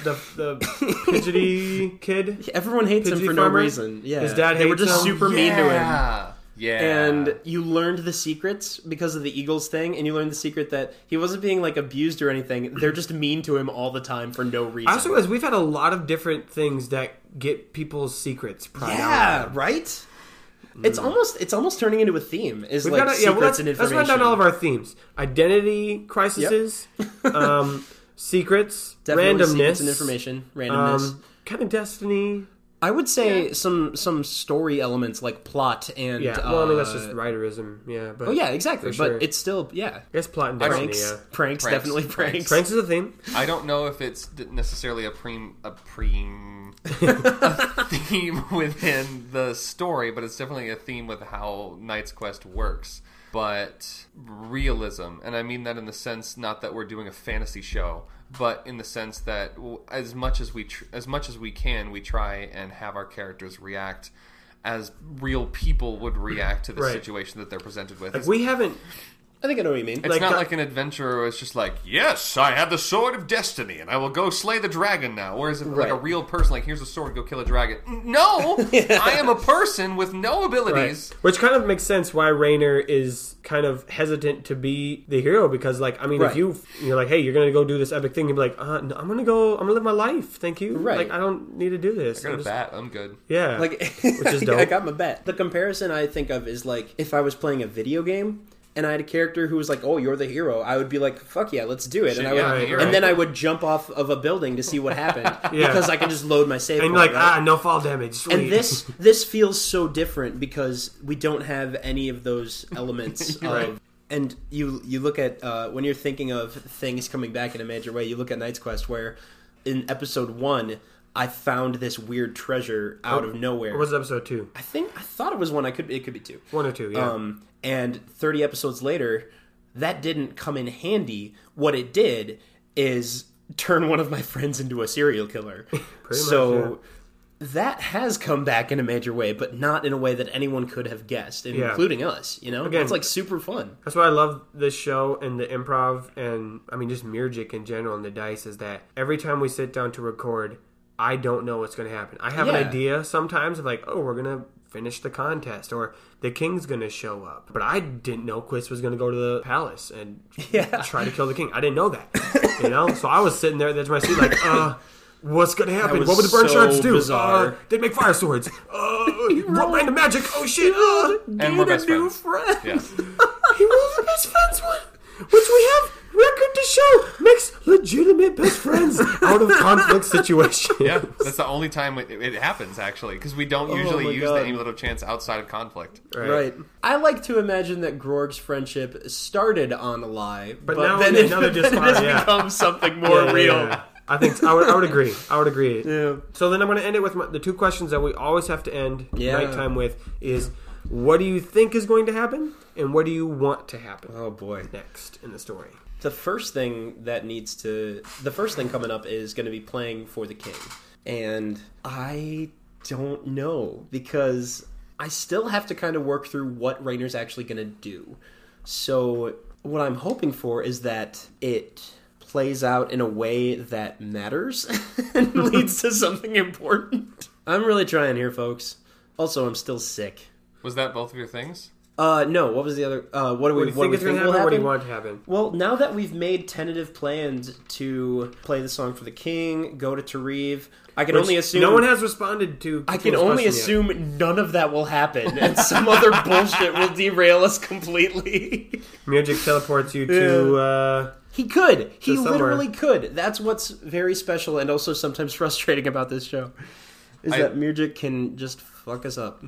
[SPEAKER 1] the, the the fidgety kid.
[SPEAKER 2] Everyone hates him
[SPEAKER 1] Pidgey
[SPEAKER 2] for no
[SPEAKER 1] farmer?
[SPEAKER 2] reason. Yeah,
[SPEAKER 1] His dad
[SPEAKER 2] They were
[SPEAKER 1] hates
[SPEAKER 2] just
[SPEAKER 1] him?
[SPEAKER 2] super mean to him.
[SPEAKER 3] Yeah. Yeah.
[SPEAKER 2] And you learned the secrets because of the Eagles thing, and you learned the secret that he wasn't being like abused or anything. They're just mean to him all the time for no reason.
[SPEAKER 1] I also realize we've had a lot of different things that get people's secrets pried out.
[SPEAKER 2] yeah, right. It's almost it's almost turning into a theme. Is
[SPEAKER 1] Mm. We've
[SPEAKER 2] like
[SPEAKER 1] got to,
[SPEAKER 2] secrets
[SPEAKER 1] yeah, well, let's,
[SPEAKER 2] and
[SPEAKER 1] let's
[SPEAKER 2] information.
[SPEAKER 1] run down all of our themes: identity crises, um, secrets,
[SPEAKER 2] Definitely
[SPEAKER 1] randomness,
[SPEAKER 2] secrets and information, randomness.
[SPEAKER 1] um, kind of destiny.
[SPEAKER 2] I would say some some story elements like plot and
[SPEAKER 1] Yeah, well, I mean that's
[SPEAKER 2] uh,
[SPEAKER 1] just writerism. Yeah, but
[SPEAKER 2] oh yeah, exactly.
[SPEAKER 1] for
[SPEAKER 2] but
[SPEAKER 1] sure.
[SPEAKER 2] it's still yeah,
[SPEAKER 1] I guess plot and destiny.
[SPEAKER 2] pranks,
[SPEAKER 1] Yeah,
[SPEAKER 2] pranks,
[SPEAKER 3] Pranks,
[SPEAKER 2] definitely
[SPEAKER 3] pranks.
[SPEAKER 2] pranks.
[SPEAKER 1] pranks is a theme.
[SPEAKER 3] I don't know if it's d- necessarily a preem a preem a theme within the story, but it's definitely a theme with how Knight's Quest works. But realism, and I mean that in the sense not that we're doing a fantasy show, but in the sense that w- as much as we tr- as much as we can, we try and have our characters react as real people would react to the
[SPEAKER 1] Right.
[SPEAKER 3] situation that they're presented with. It's
[SPEAKER 1] We haven't.
[SPEAKER 2] I think I know what you mean.
[SPEAKER 3] it's
[SPEAKER 1] Like
[SPEAKER 3] not
[SPEAKER 1] Dra-
[SPEAKER 3] like an adventure where it's just like, yes, I have the sword of destiny and I will go slay the dragon now. Whereas if like a
[SPEAKER 2] Right.
[SPEAKER 3] real person, like, here's a sword, go kill a dragon. No! I am a person with no abilities.
[SPEAKER 1] Which kind of makes sense why Rayner is kind of hesitant to be the hero because, like, I mean,
[SPEAKER 2] Right.
[SPEAKER 1] if you you're like, hey, you're gonna go do this epic thing, you'd be like, uh, no, I'm gonna go, I'm gonna live my life. Thank you.
[SPEAKER 2] Right.
[SPEAKER 1] Like, I don't need to do this.
[SPEAKER 3] I got
[SPEAKER 1] I'm
[SPEAKER 3] a
[SPEAKER 1] just-
[SPEAKER 3] bat, I'm good.
[SPEAKER 1] Yeah.
[SPEAKER 2] like
[SPEAKER 1] Which is
[SPEAKER 2] I
[SPEAKER 1] dope.
[SPEAKER 2] got my bet. The comparison I think of is like if I was playing a video game and I had a character who was like, "Oh, you're the hero," I would be like, "Fuck yeah, let's do it!" and I would,
[SPEAKER 3] yeah,
[SPEAKER 1] I'm the hero.
[SPEAKER 2] and then I would jump off of a building to see what happened
[SPEAKER 1] Yeah.
[SPEAKER 2] because I can just load my save.
[SPEAKER 1] and you're
[SPEAKER 2] point,
[SPEAKER 1] like,
[SPEAKER 2] right?
[SPEAKER 1] ah, no fall damage. Sweet.
[SPEAKER 2] and this this feels so different because we don't have any of those elements of
[SPEAKER 1] right.
[SPEAKER 2] and you you look at uh, when you're thinking of things coming back in a major way you look at knight's quest where in episode one i found this weird treasure out of nowhere
[SPEAKER 1] Or was it episode two?
[SPEAKER 2] i think i thought it was one i could it could be two
[SPEAKER 1] One or two, yeah.
[SPEAKER 2] um, and 30 episodes later, that didn't come in handy. What it did is turn one of my friends into a serial killer. so that has come back in a major way, but not in a way that anyone could have guessed, and
[SPEAKER 1] Yeah.
[SPEAKER 2] including us. You know,
[SPEAKER 1] Again-
[SPEAKER 2] it's like super fun.
[SPEAKER 1] That's why I love this show and the improv and I mean just Mirjik in general and the dice is that every time we sit down to record, I don't know what's going to happen. I have an
[SPEAKER 2] Yeah.
[SPEAKER 1] idea sometimes of like, oh, we're going to finish the contest or the king's going to show up. But I didn't know Quist was going to go to the palace and
[SPEAKER 2] Yeah.
[SPEAKER 1] try to kill the king. I didn't know that. you know? So I was sitting there at the edge of my seat like, uh What's gonna happen?
[SPEAKER 2] was
[SPEAKER 1] What would the burn
[SPEAKER 2] so
[SPEAKER 1] shards do?
[SPEAKER 2] bizarre.
[SPEAKER 1] Uh, they make fire swords. Uh, what random magic? Oh shit! Uh,
[SPEAKER 3] And
[SPEAKER 1] get
[SPEAKER 3] we're
[SPEAKER 1] a
[SPEAKER 3] best
[SPEAKER 1] new
[SPEAKER 3] friends.
[SPEAKER 1] friend.
[SPEAKER 3] Yeah.
[SPEAKER 1] He was the best friends one, which we have record to show makes legitimate best friends out of conflict situations.
[SPEAKER 3] Yeah, that's the only time it, it happens, actually, because we don't
[SPEAKER 2] Oh my
[SPEAKER 3] usually use
[SPEAKER 2] God.
[SPEAKER 3] the any little chance outside of conflict.
[SPEAKER 2] Right. I like to imagine that Gorg's friendship started on a lie, but,
[SPEAKER 1] now-
[SPEAKER 2] then it,
[SPEAKER 1] now they just
[SPEAKER 2] then
[SPEAKER 1] are,
[SPEAKER 2] it
[SPEAKER 1] yeah.
[SPEAKER 2] becomes something more real.
[SPEAKER 1] I think I would, I would agree. I would agree.
[SPEAKER 2] Yeah.
[SPEAKER 1] So then I'm going to end it with my, the two questions that we always have to end
[SPEAKER 2] Yeah.
[SPEAKER 1] nighttime with is what do you think is going to happen and what do you want to happen
[SPEAKER 2] Oh boy.
[SPEAKER 1] next in the story?
[SPEAKER 2] the first thing that needs to the first thing coming up is going to be playing for the king and i don't know because i still have to kind of work through what rayner's actually going to do so what I'm hoping for is that it plays out in a way that matters and leads to something important. I'm really trying here, folks. Also, I'm still sick.
[SPEAKER 3] Was that both of your things?
[SPEAKER 2] Uh, no. What was the other? Uh, what do
[SPEAKER 1] What do you
[SPEAKER 2] we? what do
[SPEAKER 1] think
[SPEAKER 2] we
[SPEAKER 1] is going to
[SPEAKER 2] think will
[SPEAKER 1] happen?
[SPEAKER 2] happen?
[SPEAKER 1] What do you want to happen?
[SPEAKER 2] Well, now that we've made tentative plans to play the song for the king, go to Tarif, I can only
[SPEAKER 1] Which
[SPEAKER 2] assume
[SPEAKER 1] no one has responded to.
[SPEAKER 2] I can
[SPEAKER 1] People's
[SPEAKER 2] only
[SPEAKER 1] question yet.
[SPEAKER 2] assume none of that will happen, and some other bullshit will derail us completely.
[SPEAKER 1] Mirjik teleports you to. Uh,
[SPEAKER 2] He could. He
[SPEAKER 1] somewhere.
[SPEAKER 2] literally could. That's what's very special and also sometimes frustrating about this show. Is
[SPEAKER 3] I-
[SPEAKER 2] that Mirjik can just fuck us up.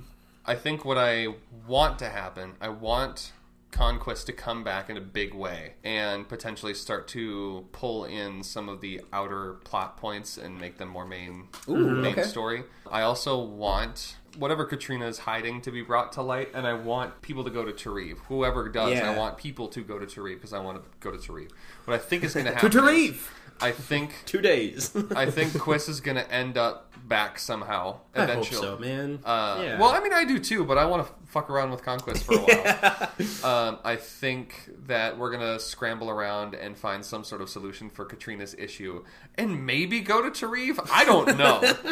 [SPEAKER 3] I think what I want to happen, I want Conquest to come back in a big way and potentially start to pull in some of the outer plot points and make them more main main
[SPEAKER 2] okay.
[SPEAKER 3] story. I also want whatever Katrina is hiding to be brought to light, and I want people to go to Tarif. Whoever does,
[SPEAKER 2] Yeah.
[SPEAKER 3] I want people to go to Tarif because I want to go to Tarif. What I think is going to
[SPEAKER 1] to
[SPEAKER 3] happen
[SPEAKER 1] Tarif!
[SPEAKER 3] is, I think
[SPEAKER 2] Two days.
[SPEAKER 3] I think Quest is going to end up back somehow.
[SPEAKER 2] I
[SPEAKER 3] Eventually.
[SPEAKER 2] hope so, man.
[SPEAKER 3] Uh,
[SPEAKER 2] Yeah.
[SPEAKER 3] Well, I mean, I do too, but I want to fuck around with Conquest for a while. um, I think that we're going to scramble around and find some sort of solution for Katrina's issue and maybe go to Tarif. I don't know.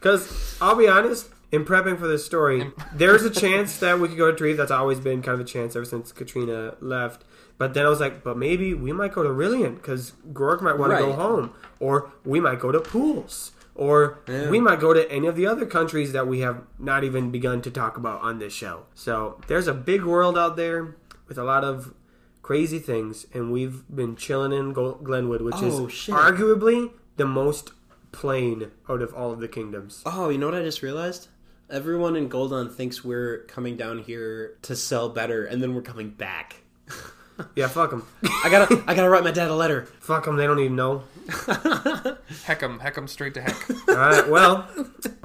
[SPEAKER 1] Because I'll be honest, in prepping for this story, there's a chance that we could go to Tarif. That's always been kind of a chance ever since Katrina left. But then I was like, but maybe we might go to Rillian because Gorg might want to go
[SPEAKER 2] Right.
[SPEAKER 1] home, or we might go to Pools, or we might go to any of the other countries that we have not even begun to talk about on this show. So there's a big world out there with a lot of crazy things, and we've been chilling in Gol- Glenwood, which
[SPEAKER 2] Oh,
[SPEAKER 1] is
[SPEAKER 2] shit.
[SPEAKER 1] arguably the most plain out of all of the kingdoms.
[SPEAKER 2] Oh, you know what I just realized? Everyone in Goldon thinks we're coming down here to sell better, and then we're coming back.
[SPEAKER 1] Yeah, fuck them.
[SPEAKER 2] I gotta, I gotta write my dad a letter.
[SPEAKER 1] fuck them. They don't even know.
[SPEAKER 3] heck 'em, heck 'em straight to heck.
[SPEAKER 1] All right. Well,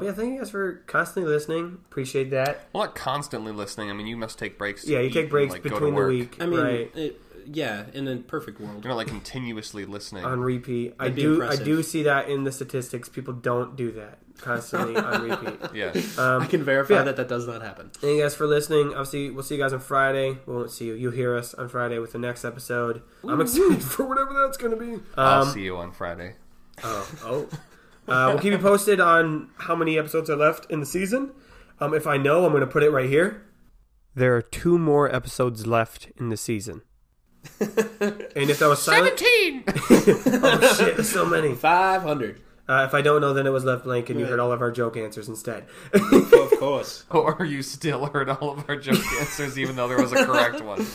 [SPEAKER 1] yeah. Thank you guys for constantly listening. Appreciate that.
[SPEAKER 3] Well, not constantly listening. I mean, you must take breaks. to
[SPEAKER 1] Yeah, you
[SPEAKER 3] eat
[SPEAKER 1] take
[SPEAKER 3] and,
[SPEAKER 1] breaks
[SPEAKER 3] like, go to
[SPEAKER 1] between the
[SPEAKER 3] work.
[SPEAKER 1] week.
[SPEAKER 2] I mean,
[SPEAKER 1] right.
[SPEAKER 2] it, yeah, in a perfect world.
[SPEAKER 3] You're not like continuously listening.
[SPEAKER 1] On repeat, I
[SPEAKER 2] be
[SPEAKER 1] do. I
[SPEAKER 2] impressive.
[SPEAKER 1] do see that in the statistics. People don't do that constantly on repeat.
[SPEAKER 3] yeah.
[SPEAKER 1] uh,
[SPEAKER 2] I can verify
[SPEAKER 1] yeah.
[SPEAKER 2] that that does not happen.
[SPEAKER 1] Thank you guys for listening. Obviously, we'll see you guys on Friday. We won't see you. You'll hear us on Friday with the next episode. I'm excited for whatever that's going to be.
[SPEAKER 3] I'll
[SPEAKER 1] Um,
[SPEAKER 3] see you on Friday.
[SPEAKER 1] Oh, oh. Uh, we'll keep you posted on how many episodes are left in the season. Um, if I know, I'm going to put it right here. There are two more episodes left in the season. and if that was silent,
[SPEAKER 3] 17!
[SPEAKER 1] oh shit, there's so many.
[SPEAKER 2] Five hundred,
[SPEAKER 1] Uh, if I don't know, then it was left blank, and you heard all of our joke answers instead.
[SPEAKER 2] of course.
[SPEAKER 3] or you still heard all of our joke answers, even though there was a correct one.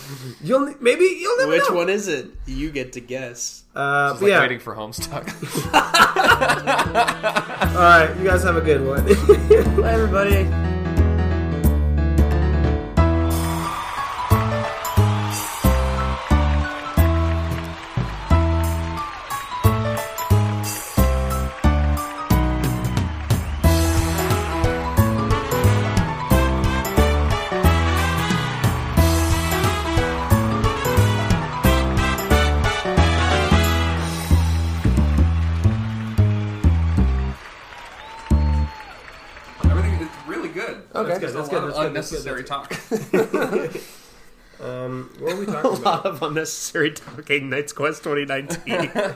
[SPEAKER 1] you'll maybe you'll never
[SPEAKER 2] Which
[SPEAKER 1] know.
[SPEAKER 2] one is it? You get to guess.
[SPEAKER 1] Uh,
[SPEAKER 3] It's
[SPEAKER 1] but
[SPEAKER 3] like
[SPEAKER 1] yeah.
[SPEAKER 3] waiting for Homestuck.
[SPEAKER 1] All right, you guys have a good one.
[SPEAKER 2] Bye, everybody.
[SPEAKER 3] Everything is really good. Okay,
[SPEAKER 1] good, that's
[SPEAKER 3] a
[SPEAKER 1] good,
[SPEAKER 3] lot
[SPEAKER 1] that's
[SPEAKER 3] of
[SPEAKER 1] good, that's
[SPEAKER 3] unnecessary
[SPEAKER 1] good,
[SPEAKER 3] talk.
[SPEAKER 1] um, what are we talking
[SPEAKER 2] A
[SPEAKER 1] about?
[SPEAKER 2] lot of unnecessary talking. Knight's Quest 2019.